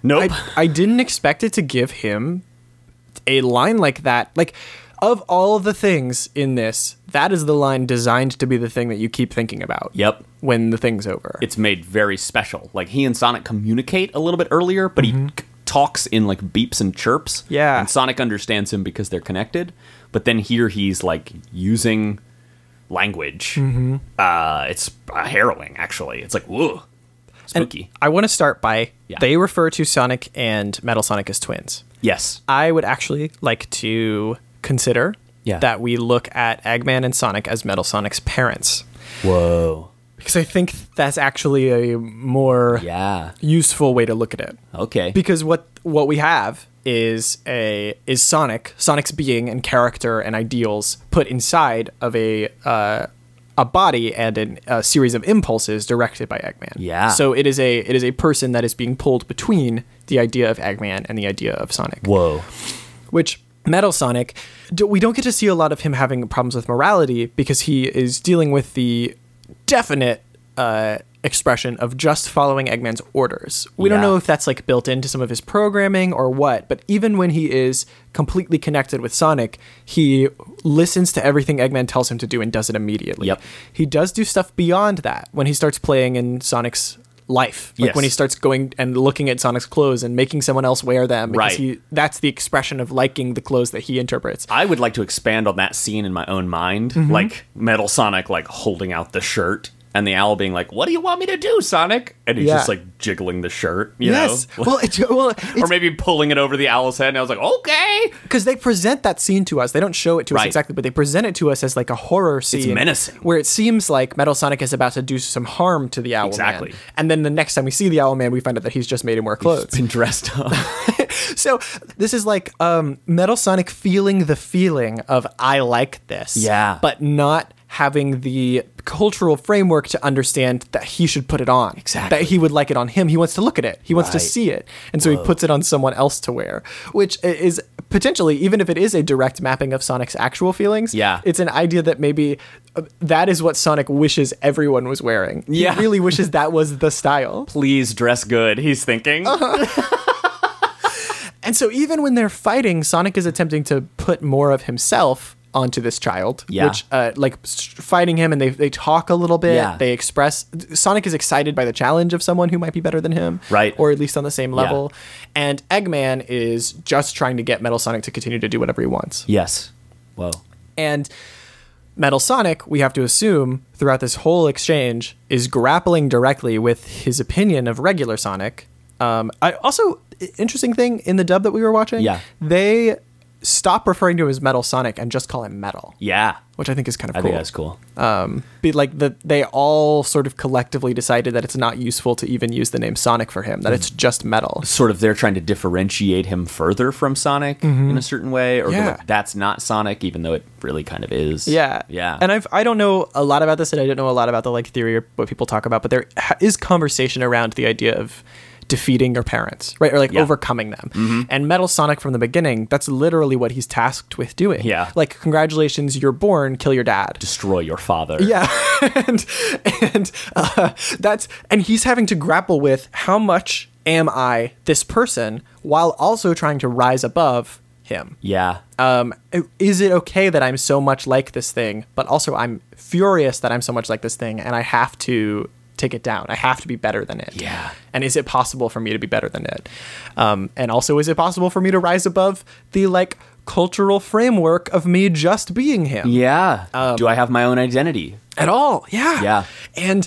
Nope. [sighs] I, I didn't expect it to give him a line like that. Like, of all the things in this, that is the line designed to be the thing that you keep thinking about. Yep. When the thing's over. it's made very special. Like he and Sonic communicate a little bit earlier, but he c- talks in like beeps and chirps. Yeah. and Sonic understands him because they're connected. But then here he's like using language. Uh, it's uh, harrowing, actually. It's like whoa, spooky. I want to start by Yeah. they refer to Sonic and Metal Sonic as twins. yes, I would actually like to consider Yeah. that we look at Eggman and Sonic as Metal Sonic's parents. whoa, Because I think that's actually a more yeah, useful way to look at it. okay, because what what we have is a is Sonic, Sonic's being and character and ideals put inside of a uh, a body and an, a series of impulses directed by Eggman. Yeah. So it is a it is a person that is being pulled between the idea of Eggman and the idea of Sonic whoa, which Metal Sonic, d- we don't get to see a lot of him having problems with morality because he is dealing with the definite uh, expression of just following Eggman's orders. We don't Yeah. know if that's like built into some of his programming or what, but even when he is completely connected with Sonic, he listens to everything Eggman tells him to do and does it immediately. Yep. He does do stuff beyond that when he starts playing in Sonic's life. Like Yes. when he starts going and looking at Sonic's clothes and making someone else wear them because Right. he that's the expression of liking the clothes that he interprets. I would like to expand on that scene in my own mind, Mm-hmm. like Metal Sonic like holding out the shirt and the owl being like, "What do you want me to do, Sonic?" And he's Yeah. just like jiggling the shirt, you [laughs] yes. know. Well, it, well or maybe pulling it over the owl's head, and I was like, "Okay, because they present that scene to us. They don't show it to us Right. exactly, but they present it to us as like a horror scene. menacing. Where it seems like Metal Sonic is about to do some harm to the Owl Exactly. Man. And then the next time we see the Owl Man, we find out that he's just made him wear clothes. it's been dressed up." [laughs] so this is like um, Metal Sonic feeling the feeling of I like this. Yeah. But not having the cultural framework to understand that he should put it on. Exactly. That he would like it on him. He wants to look at it. He wants to Right. see it. And so he puts it on someone else to wear, which i- is potentially, even if it is a direct mapping of Sonic's actual feelings, Yeah. it's an idea that maybe uh, that is what Sonic wishes everyone was wearing. Yeah. He [laughs] really wishes that was the style. [laughs] Please dress good, he's thinking. Uh-huh. And so even when they're fighting, Sonic is attempting to put more of himself onto this child. Yeah. Which, uh, like, s- fighting him and they, they talk a little bit. Yeah. They express. Sonic is excited by the challenge of someone who might be better than him. Right. Or at least on the same level. And Eggman is just trying to get Metal Sonic to continue to do whatever he wants. Yes. Whoa. And Metal Sonic, we have to assume, throughout this whole exchange, is grappling directly with his opinion of regular Sonic. Um, I also i- interesting thing in the dub that we were watching. Yeah. they stop referring to him as Metal Sonic and just call him Metal, Yeah. which I think is kind of I cool. think that's cool. Be like that they all sort of collectively decided that it's not useful to even use the name Sonic for Mm-hmm. him. That it's just Metal. Sort of they're trying to differentiate him further from Sonic in a certain way, or go Mm-hmm. Yeah. like, that's not Sonic, even though it really kind of is. Yeah. Yeah. And I've I don't know a lot about this, and I don't know a lot about the like theory or what people talk about, but there ha- is conversation around the idea of defeating your parents, right, or like Yeah. Mm-hmm. overcoming them. And Metal Sonic from the beginning, that's literally what he's tasked with doing. Yeah. Like, congratulations, you're born, kill your dad. destroy your father. [laughs] Yeah, and and uh, that's and he's having to grapple with how much am I this person while also trying to rise above him Yeah. um, is it okay that I'm so much like this thing, but also I'm furious that I'm so much like this thing and I have to take it down. I have to be better than it. Yeah. And is it possible for me to be better than it? Um, and also, is it possible for me to rise above the like cultural framework of me just being him? Yeah. Do I have my own identity? at all. Yeah. Yeah. And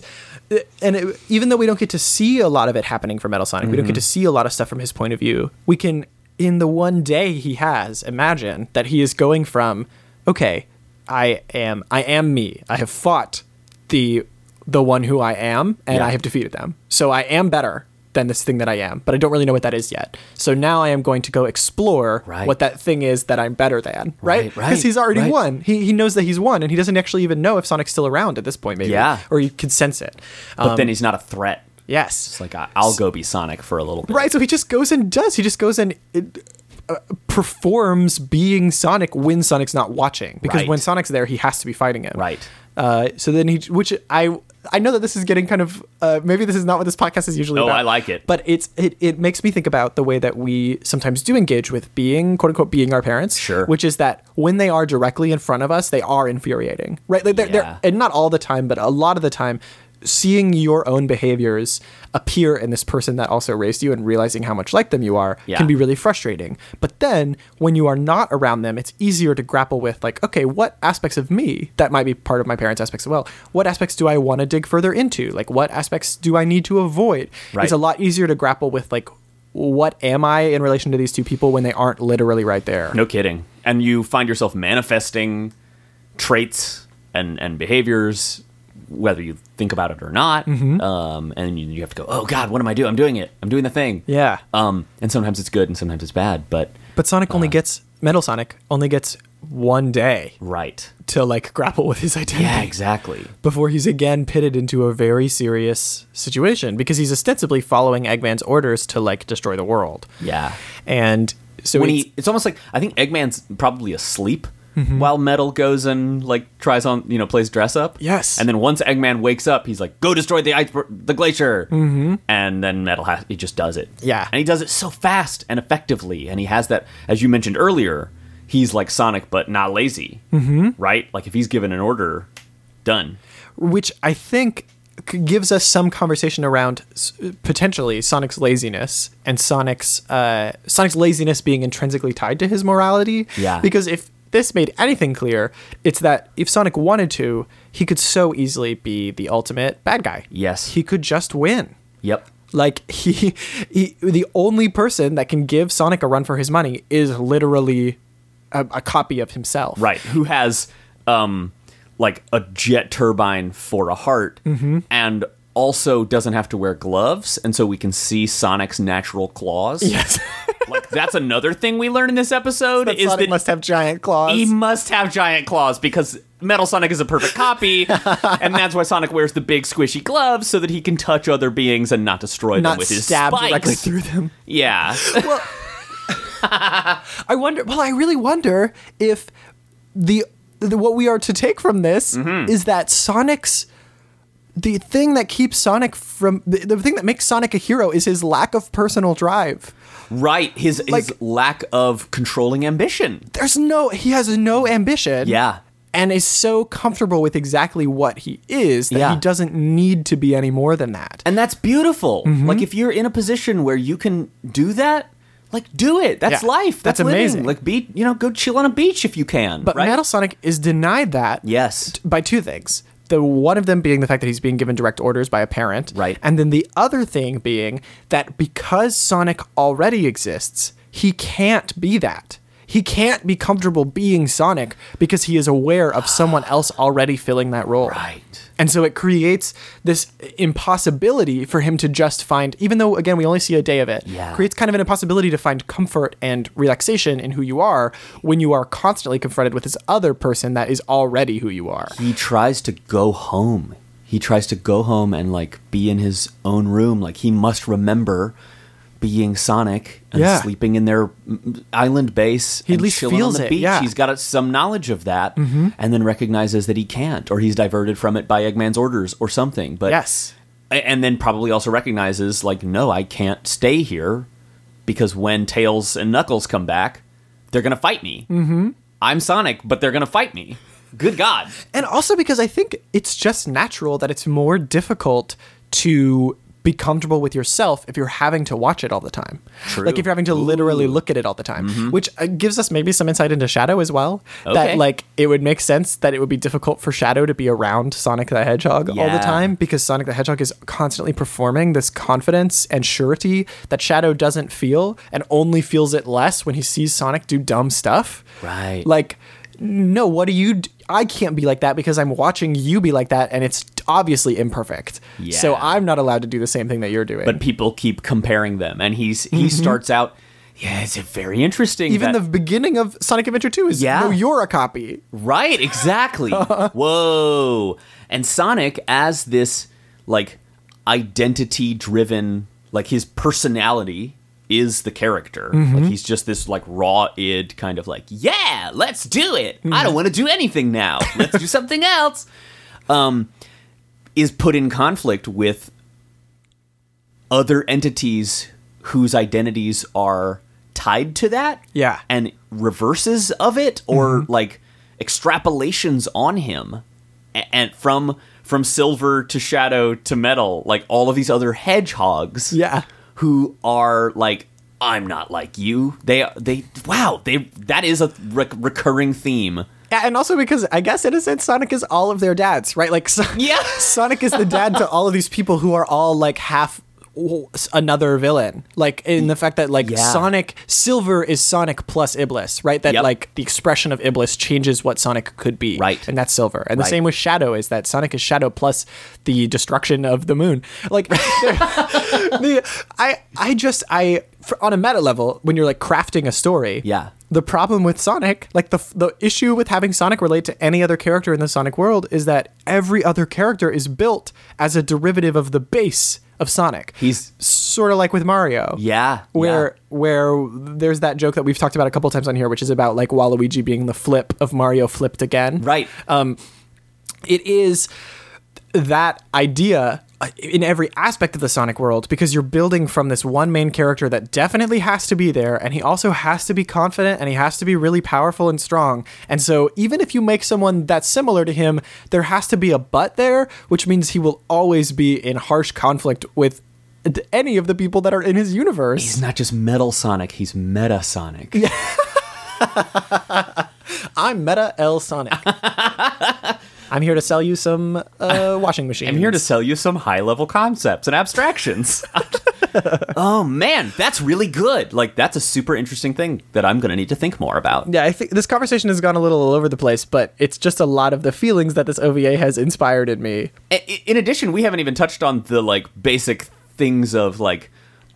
and it, even though we don't get to see a lot of it happening for Metal Sonic, we don't Mm-hmm. get to see a lot of stuff from his point of view. We can in the one day he has imagine that he is going from okay, I am I am me. I have fought the the one who I am and Yeah. I have defeated them. So I am better than this thing that I am, but I don't really know what that is yet. So now I am going to go explore Right. what that thing is that I'm better than, right? Right, Because right, he's already right. won one. He he knows that he's won, and he doesn't actually even know if Sonic's still around at this point, maybe. Yeah. Or he can sense it. But Um, then he's not a threat. yes. It's like I, I'll go be Sonic for a little bit. right. So he just goes and does. He just goes and. It, uh, performs being Sonic when Sonic's not watching because Right. when Sonic's there he has to be fighting him Right. uh, so then he which I I know that this is getting kind of uh, maybe this is not what this podcast is usually Oh, about I like it. but it's it, it makes me think about the way that we sometimes do engage with being quote unquote being our parents Sure. which is that when they are directly in front of us they are infuriating right like they're, Yeah. they're and not all the time but a lot of the time seeing your own behaviors appear in this person that also raised you and realizing how much like them you are Yeah. can be really frustrating but then when you are not around them it's easier to grapple with like okay what aspects of me that might be part of my parents aspects as well what aspects do i want to dig further into like what aspects do i need to avoid Right. it's a lot easier to grapple with like what am i in relation to these two people when they aren't literally right there No kidding. And you find yourself manifesting traits and, and behaviors, whether you think about it or not. Um, and you, you have to go, oh God, what am I doing? I'm doing it. I'm doing the thing. yeah Um, and sometimes it's good and sometimes it's bad, but But Sonic Uh-huh. only gets Metal Sonic only gets one day right. to like grapple with his identity Yeah, exactly. before he's again pitted into a very serious situation because he's ostensibly following Eggman's orders to like destroy the world. Yeah. And so when it's- he it's almost like I think Eggman's probably asleep while Metal goes and like tries on you know plays dress up. Yes. And then once Eggman wakes up, he's like, "Go destroy the ice, the glacier." Mm-hmm. And then Metal has he just does it. Yeah. And he does it so fast and effectively, and he has that as you mentioned earlier. He's like Sonic, but not lazy. Mm-hmm. Right? Like if he's given an order, done. which I think c- gives us some conversation around s- potentially Sonic's laziness and Sonic's uh, Sonic's laziness being intrinsically tied to his morality. Yeah. Because if this made anything clear, it's that if Sonic wanted to, he could so easily be the ultimate bad guy. Yes. He could just win. Yep. Like [laughs] he, he the only person that can give Sonic a run for his money is literally a, a copy of himself. [laughs] Right. Who has um like a jet turbine for a heart Mm-hmm. and also doesn't have to wear gloves and so we can see Sonic's natural claws. Yes. [laughs] like that's another thing we learn in this episode But is Sonic that must have giant claws. he must have giant claws because Metal Sonic is a [laughs] perfect copy and that's why Sonic wears the big squishy gloves so that he can touch other beings and not destroy them not with his stab directly spikes. through [laughs] them. Yeah. [laughs] I wonder. Well, I really wonder if the, the what we are to take from this Mm-hmm. is that Sonic's the thing that keeps Sonic from the, the thing that makes Sonic a hero is his lack of personal drive. right. His his Like- lack of controlling ambition. There's no he has no ambition. Yeah. And is so comfortable with exactly what he is that Yeah. he doesn't need to be any more than that. And that's beautiful. Mm-hmm. Like if you're in a position where you can do that, like do it. That's Yeah. life. That's, That's living. amazing. Like be you know, go chill on a beach if you can. But right? Metal Sonic is denied that. Yes. by two things. The one of them being the fact that he's being given direct orders by a parent. Right. And then the other thing being that because Sonic already exists, he can't be that. He can't be comfortable being Sonic because he is aware of someone else already filling that role. Right. And so it creates this impossibility for him to just find, even though, again, we only see a day of it, Yeah. creates kind of an impossibility to find comfort and relaxation in who you are when you are constantly confronted with this other person that is already who you are. He tries to go home. He tries to go home and like be in his own room. Like he must remember being Sonic and Yeah. sleeping in their mm, island base. He at and least chilling feels on the it, beach. yeah. Mm-hmm. He's got some knowledge of that, and then recognizes that he can't, or he's diverted from it by Eggman's orders or something. But Yes. A- and then probably also recognizes like no i can't stay here because when tails and knuckles come back they're gonna fight me mm-hmm. i'm sonic but they're gonna fight me good god And also because I think it's just natural that it's more difficult to be comfortable with yourself if you're having to watch it all the time. True. Mm-hmm. Like if you're having to literally look at it all the time, which uh, gives us maybe some insight into Shadow as well. Okay. That like it would make sense that it would be difficult for Shadow to be around Sonic the Hedgehog all Yeah. the time because Sonic the Hedgehog is constantly performing this confidence and surety that Shadow doesn't feel and only feels it less when he sees Sonic do dumb stuff. Right. Like, no, what do you? D- I can't be like that because I'm watching you be like that, and it's obviously imperfect. So Yeah. I'm not allowed to do the same thing that you're doing. but people keep comparing them and he's he starts out yeah it's very interesting Mm-hmm. even that- the beginning of Sonic Adventure 2 is Yeah. no, you're a copy. [laughs] [laughs] Right, exactly. Whoa. And Sonic as this like identity driven like his personality is the character. Mm-hmm. Like he's just this like raw id kind of like, yeah, let's do it. I Mm-hmm. don't want to do anything now. Let's do something else. Um is put in conflict with other entities whose identities are tied to that Yeah. Mm-hmm. and reverses of it or like extrapolations on him A- and from from silver to shadow to metal like all of these other hedgehogs Yeah. who are like i'm not like you they they wow they that is a rec- recurring theme Yeah, and also because I guess in a sense Sonic is all of their dads, right? Like, so- Yeah. Sonic is the dad to all of these people who are all like half w- another villain. Like in the fact that like Yeah. Sonic Silver is Sonic plus Iblis, right? That Yep. like the expression of Iblis changes what Sonic could be, Right. And that's Silver. And Right. the same with Shadow is that Sonic is Shadow plus the destruction of the moon. Like, [laughs] the, I I just I for, on a meta level when you're like crafting a story, Yeah. the problem with Sonic, like the the issue with having Sonic relate to any other character in the Sonic world is that every other character is built as a derivative of the base of Sonic. He's sort of like with Mario. yeah. Where where there's that joke that we've talked about a couple times on here, which is about like Waluigi being the flip of Mario flipped again. yeah. right. It is that idea uh, in every aspect of the Sonic world because you're building from this one main character that definitely has to be there and he also has to be confident and he has to be really powerful and strong. And so even if you make someone that's similar to him, there has to be a but there, which means he will always be in harsh conflict with d- any of the people that are in his universe. he's not just metal Sonic. He's meta Sonic. I'm Meta L Sonic. I'm here to sell you some uh, washing machines. I'm here to sell you some high level concepts and abstractions. [laughs] oh man, that's really good. Like that's a super interesting thing that I'm gonna need to think more about. Yeah, I think this conversation has gone a little all over the place, but it's just a lot of the feelings that this OVA has inspired in me. I- I- In addition, we haven't even touched on the like basic things of like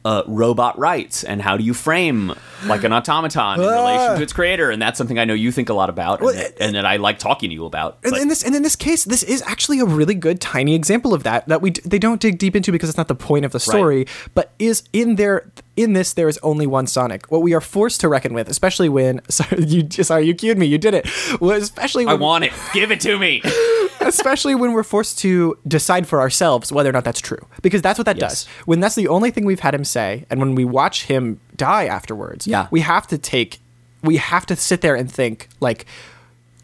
uh, robot rights and how do you frame like an automaton in relation to its creator, and that's something I know you think a lot about, and, that, and that I like talking to you about. And but- in this, and in this case, this is actually a really good tiny example of that that we d- they don't dig deep into because it's not the point of the story, but is in there in this there is only one Sonic. What we are forced to reckon with, especially when [laughs] sorry you sorry you cued me, you did it. Well, especially I when, want it. Give it to me. especially when we're forced to decide for ourselves whether or not that's true because that's what that Yes. does when that's the only thing we've had him say and when we watch him die afterwards Yeah. we have to take we have to sit there and think like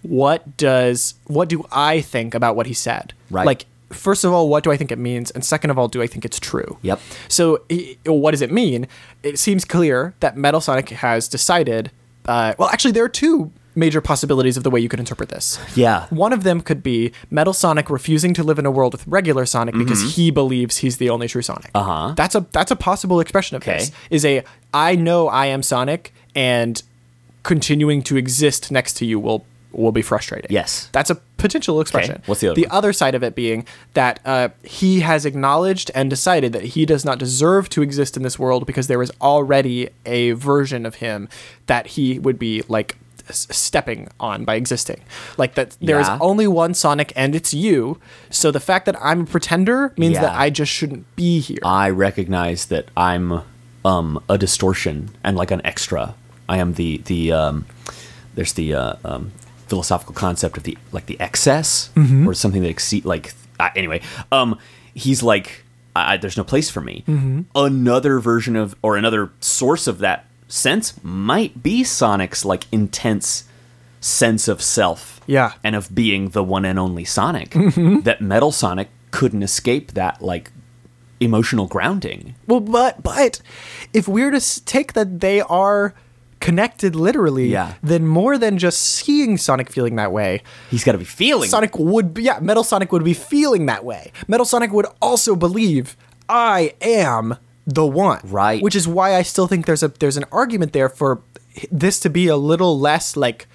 what does what do i think about what he said Right. like first of all what do i think it means and second of all do i think it's true Yep. so i- what does it mean it seems clear that metal sonic has decided uh, well actually there are two major possibilities of the way you could interpret this Yeah. one of them could be Metal Sonic refusing to live in a world with regular Sonic because he believes he's the only true Sonic. Mm-hmm. Uh-huh. That's a that's a possible expression of Okay. this. Is a I know I am Sonic and continuing to exist next to you will will be frustrating. Yes. That's a potential expression. What's the other The one? other side of it being that uh, he has acknowledged and decided that he does not deserve to exist in this world because there is already a version of him that he would be like s- stepping on by existing. Like that there is Yeah. only one Sonic and it's you. So the fact that I'm a pretender means that Yeah. Uh, I just shouldn't be here. I recognize that I'm um, a distortion and like an extra. I am the the um, there's the uh, um, philosophical concept of the like the excess or something that exceed like I anyway. Um, he's like I, I- there's no place for me. Another version of or another source of that sense might be Sonic's like intense sense of self Yeah. Mm-hmm. and of being the one and only Sonic that Metal Sonic couldn't escape that like emotional grounding. Well, but but if we're to s- take that they are connected literally, Yeah. then more than just seeing Sonic feeling that way, He's got to be feeling Sonic would be, yeah, Metal Sonic would be feeling that way. Metal Sonic would also believe I am the one. Right. Which is why I still think there's a there's an argument there for this to be a little less like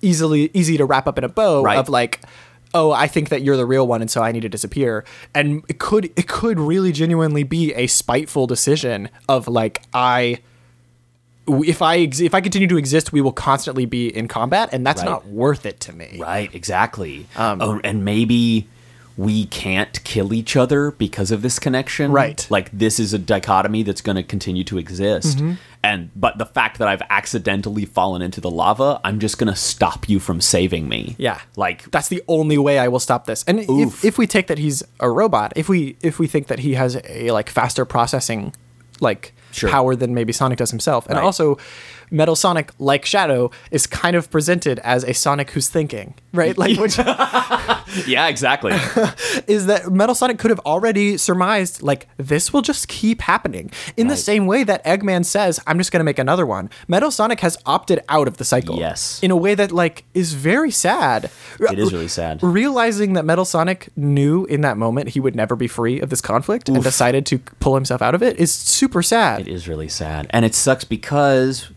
easily easy to wrap up in a bow Right. of like oh I think that you're the real one and so I need to disappear and it could it could really genuinely be a spiteful decision of like I if I ex- if I continue to exist we will constantly be in combat and that's Right. not worth it to me. right, exactly. oh, and maybe we can't kill each other because of this connection. Right. Like this is a dichotomy that's going to continue to exist. Mm-hmm. And but the fact that I've accidentally fallen into the lava, I'm just going to stop you from saving me. Yeah. Like that's the only way I will stop this. And if, Oof. if we take that he's a robot, if we if we think that he has a like faster processing like Sure. power than maybe Sonic does himself. And Right. also Metal Sonic, like Shadow, is kind of presented as a Sonic who's thinking, right? [laughs] Like which yeah, exactly. is that Metal Sonic could have already surmised like this will just keep happening. In the Right. same way that Eggman says, I'm just going to make another one. Metal Sonic has opted out of the cycle. Yes. In a way that like is very sad. It is really sad. Realizing that Metal Sonic knew in that moment he would never be free of this conflict and decided to pull himself out of it is super sad. It is really sad. And it sucks because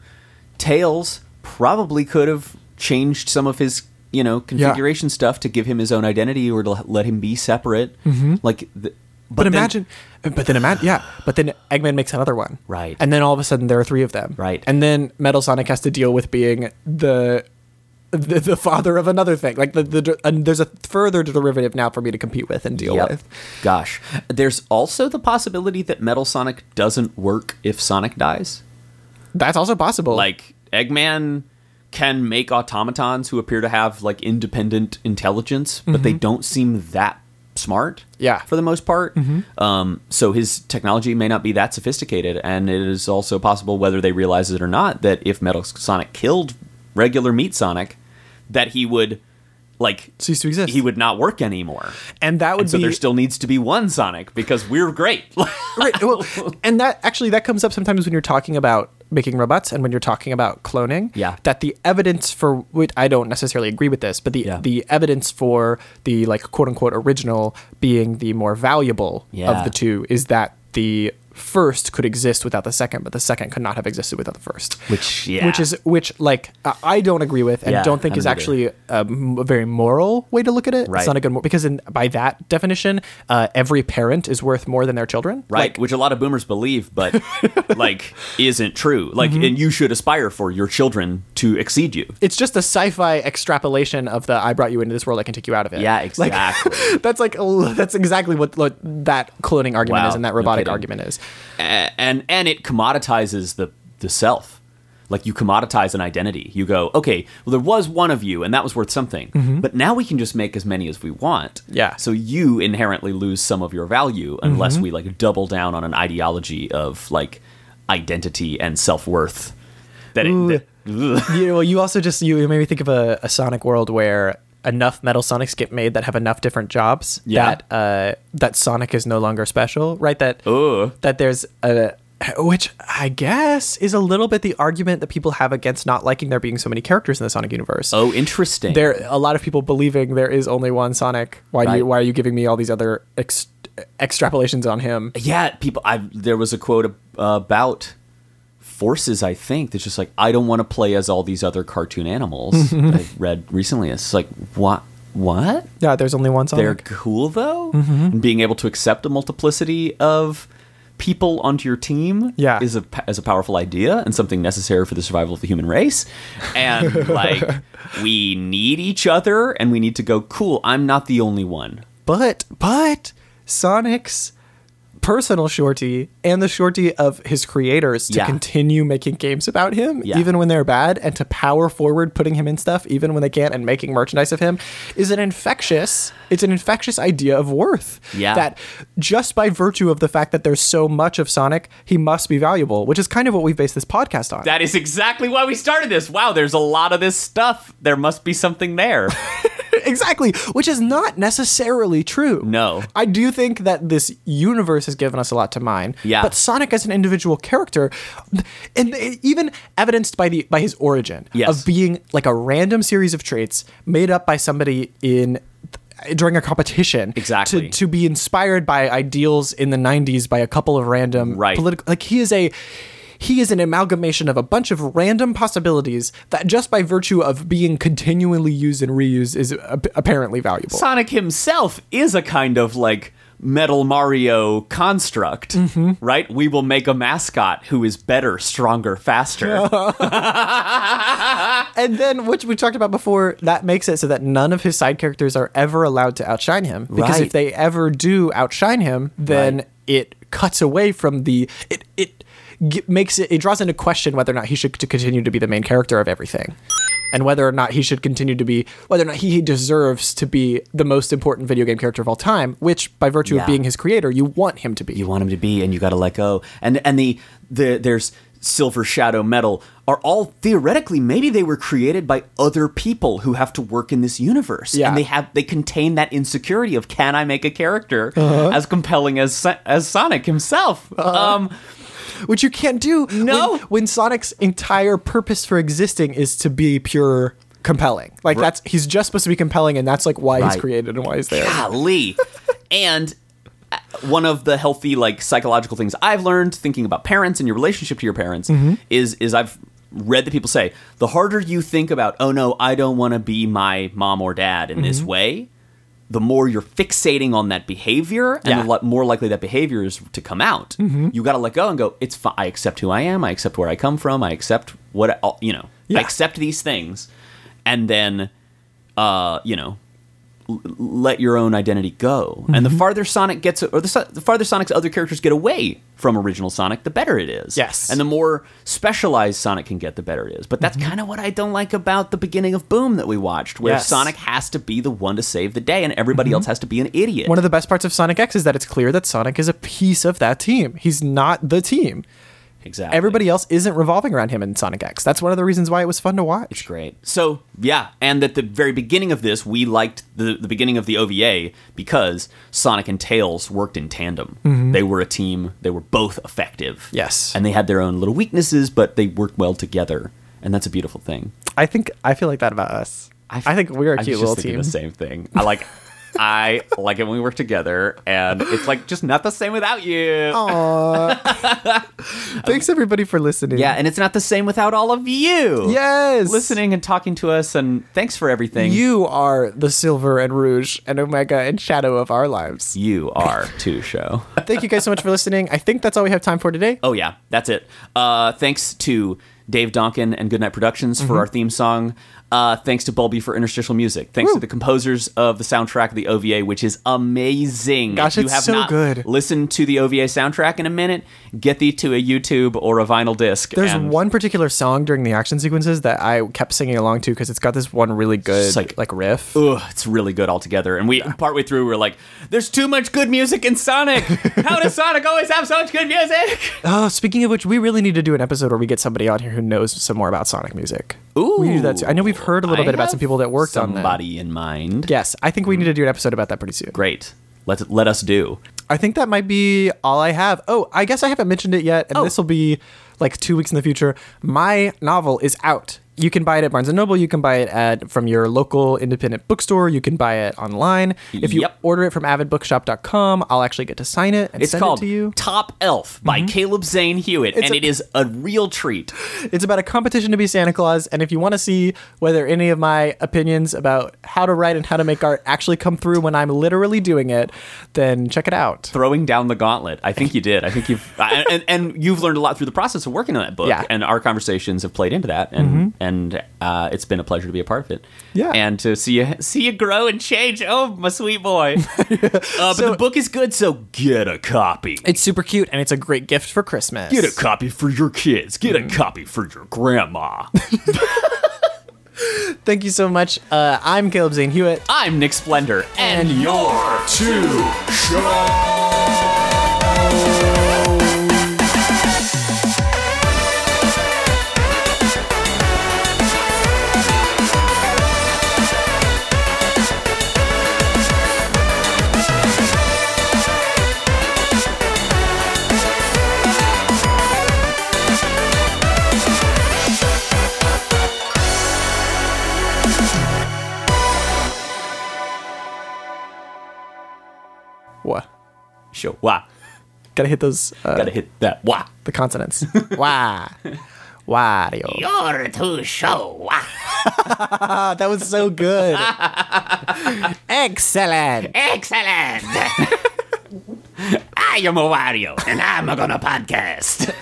Tails probably could have changed some of his, you know, configuration stuff to give him his own identity or to let him be separate. Like, th- but, Mm-hmm. but then- imagine, but then imagine, yeah. But then Eggman makes another one, Right. And then all of a sudden there are three of them, Right. And then Metal Sonic has to deal with being the the, the father of another thing. Like the, the and there's a further derivative now for me to compete with and deal Yep. with. Gosh. There's also the possibility that Metal Sonic doesn't work if Sonic dies. That's also possible. Like, Eggman can make automatons who appear to have, like, independent intelligence, but they don't seem that smart. Mm-hmm. Yeah. Mm-hmm. For the most part. Um, so his technology may not be that sophisticated. And it is also possible, whether they realize it or not, that if Metal Sonic killed regular Meat Sonic, that he would, like, cease to exist. he would not work anymore. and that would And so be there still needs to be one Sonic because we're great. [laughs] right. Well, and that actually that comes up sometimes when you're talking about making robots and when you're talking about cloning. Yeah. That the evidence for which I don't necessarily agree with this, but the Yeah. the evidence for the like quote unquote original being the more valuable Yeah. of the two is that the first could exist without the second, but the second could not have existed without the first. Which yeah, Which is which like I- I don't agree with and Yeah, don't think I is don't actually um, a very moral way to look at it. Right. It's not a good mor- because in by that definition, uh, every parent is worth more than their children. right, Like, which a lot of boomers [laughs] believe, but like isn't true. Like, Mm-hmm. and you should aspire for your children to exceed you. it's just a sci-fi extrapolation of the "I brought you into this world, I can take you out of it." Yeah, Like, [laughs] exactly. that's like that's exactly what, what that cloning argument Wow, is and that no robotic kidding. argument is. A- and and it commoditizes the the self. Like you commoditize an identity. You go, okay, well there was one of you, and that was worth something. But now we can just make as many as we want. Mm-hmm. Yeah. Mm-hmm. So you inherently lose some of your value unless we like double down on an ideology of like identity and self worth. That it. That, Yeah, well, you also just you made me think of a, a Sonic world where enough Metal Sonics get made that have enough different jobs Yeah. that uh, that Sonic is no longer special, right? That Ugh. that there's a which I guess is a little bit the argument that people have against not liking there being so many characters in the Sonic universe. oh, [laughs] interesting. there a lot of people believing there is only one Sonic. Why do Right. you, why are you giving me all these other ex, extrapolations on him? yeah, people. I there was a quote ab- about forces. I think that's just like I don't want to play as all these other cartoon animals. I read recently. It's like what what Yeah, there's only one Sonic. they're cool though, and being able to accept a multiplicity of people onto your team Yeah. is a is a powerful idea and something necessary for the survival of the human race. And like we need each other, and we need to go. Cool, I'm not the only one. But but Sonic's personal shorty and the shorty of his creators to Yeah. continue making games about him Yeah. even when they're bad and to power forward putting him in stuff even when they can't and making merchandise of him is an infectious it's an infectious idea of worth Yeah. that just by virtue of the fact that there's so much of Sonic he must be valuable which is kind of what we've based this podcast on That is exactly why we started this. Wow, there's a lot of this stuff. There must be something there. [laughs] exactly which is not necessarily true No. I do think that this universe has given us a lot to mine. Yeah. But Sonic as an individual character, and even evidenced by the by his origin Yes. of being like a random series of traits made up by somebody in during a competition Exactly. to, to be inspired by ideals in the 90s by a couple of random Right. political like he is a he is an amalgamation of a bunch of random possibilities that just by virtue of being continually used and reused is ap- apparently valuable Sonic himself is a kind of like Metal Mario construct, right? We will make a mascot who is better, stronger, faster. And then, which we talked about before, that makes it so that none of his side characters are ever allowed to outshine him. Because Right. if they ever do outshine him, then Right. it cuts away from the it it g- makes it it draws into question whether or not he should to continue to be the main character of everything, and whether or not he should continue to be whether or not he deserves to be the most important video game character of all time. Which, by virtue Yeah. of being his creator, you want him to be. you want him to be and you got to let go and and the, the there's silver shadow metal are all theoretically maybe they were created by other people who have to work in this universe Yeah. and they have they contain that insecurity of can i make a character as compelling as Son- as sonic himself um which you can't do. No. when, when Sonic's entire purpose for existing is to be pure compelling. Like that's he's just supposed to be compelling, and that's like why Right. he's created and why he's there. golly and uh, one of the healthy like psychological things i've learned thinking about parents and your relationship to your parents Mm-hmm. is is i've read that people say the harder you think about oh no i don't want to be my mom or dad in Mm-hmm. this way the more you're fixating on that behavior and Yeah. Mm-hmm. the lot more likely that behavior is to come out you got to let go and go it's fine i accept who i am i accept where i come from i accept what I, you know Yeah. i accept these things and then uh, you know l- let your own identity go. And the Mm-hmm. farther Sonic gets, or the, so- the farther Sonic's other characters get away from original Sonic, the better it is. Yes. Mm-hmm. And the more specialized Sonic can get, the better it is. But that's kind of what I don't like about the beginning of Boom that we watched, where Yes. Mm-hmm. Sonic has to be the one to save the day, and everybody else has to be an idiot. One of the best parts of Sonic X is that it's clear that Sonic is a piece of that team. He's not the team. exactly. Everybody else isn't revolving around him in Sonic X. That's one of the reasons why it was fun to It's watch. great. So yeah, and at the very beginning of this, we liked the the beginning of the OVA because Sonic and Tails worked in tandem. They were a team. They were both effective. Mm-hmm. Yes. and they had their own little weaknesses, but they worked well together, and that's a beautiful thing. I think I feel like that about us. I think we're a I was cute just little thinking team. The same thing. I [laughs] like. I like it when we work together, and it's like just not the same without you. Aw. Thanks everybody for listening. Yeah, and it's not the same without all of you. Yes. listening and talking to us, and thanks for everything. You are the silver and rouge and omega and shadow of our lives. you are too, show. Thank you guys so much for listening. I think that's all we have time for today. Oh yeah, that's it. Uh, thanks to Dave Donkin and Goodnight Productions Mm-hmm. for our theme song. Uh, thanks to Bulby for interstitial music. Thanks Woo. to the composers of the soundtrack of the OVA, which is amazing. Gosh, if you it's have so not good. Listened to the OVA soundtrack in a minute. Get thee to a YouTube or a vinyl disc. There's and one particular song during the action sequences that I kept singing along to because it's got this one really good It's like- like, riff. Ugh, it's really good altogether. And we partway through, we're like, "There's too much good music in Sonic. How does Sonic always have so much good music?" Oh, speaking of which, we really need to do an episode where we get somebody on here who knows some more about Sonic music. Ooh, we need to do that too. I know we've heard a little I bit about some have people that worked on that. somebody in mind. Yes, I think we need to do an episode about that pretty soon. great. Let let us do. I think that might be all I have. Oh, I guess I haven't mentioned it yet, and this will be like two weeks in the future. My novel is out. You can buy it at Barnes and Noble. You can buy it at from your local independent bookstore. You can buy it online. If you Yep. order it from avidbookshop.com, I'll actually get to sign it and It's send called it to you. Mm-hmm. Top Elf by Caleb Zane Hewitt, and a- it is a real treat. It's about a competition to be Santa Claus, and if you want to see whether any of my opinions about how to write and how to make art actually come through when I'm literally doing it, then check it out. Throwing down the gauntlet. I think you did. I think you've I, and, and you've learned a lot through the process of working on that book. Yeah. Mm-hmm. And our conversations have played into that, and and uh, it's been a pleasure to be a part of it. Yeah. And to see you see you grow and change. Oh, my [laughs] sweet boy. uh, but the book is good, so get a copy. It's super cute, and it's a great gift for Christmas. Get a copy for your kids. Get Mm-hmm. a copy for your [laughs] grandma. Thank you so much. Uh, I'm Caleb Zane Hewitt. I'm Nick Splendor, and Your two show. What? show. Wah. Gotta hit those uh, Gotta hit that. Wah. the [laughs] consonants. Wah. Wario. You're too show. Oh, that was so good. [laughs] Excellent. Excellent. I am a Wario, and I'm gonna podcast.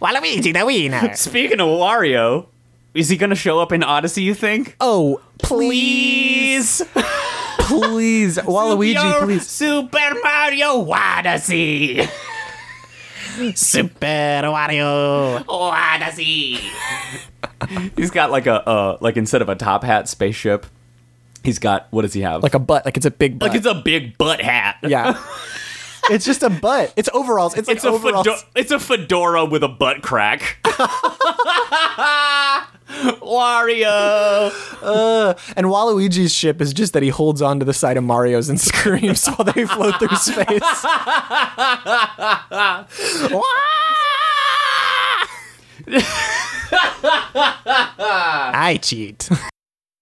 Waluigi the wiener. Speaking of Wario, is he gonna show up in Odyssey? You think? Oh, please, [laughs] please, Waluigi, Your please. Super Mario Odyssey. Super Wario. Odyssey. He's got like a uh, like instead of a top hat spaceship, he's got what does he have? Like a butt. Like it's a big butt. like it's a big butt hat. [laughs] yeah. it's just a butt. It's overalls. It's like It's a overalls. fedo- it's a fedora with a [laughs] butt crack. Wario. and Waluigi's ship is just that he holds on to the side of Mario's and [laughs] screams while they float through space. I cheat. [laughs]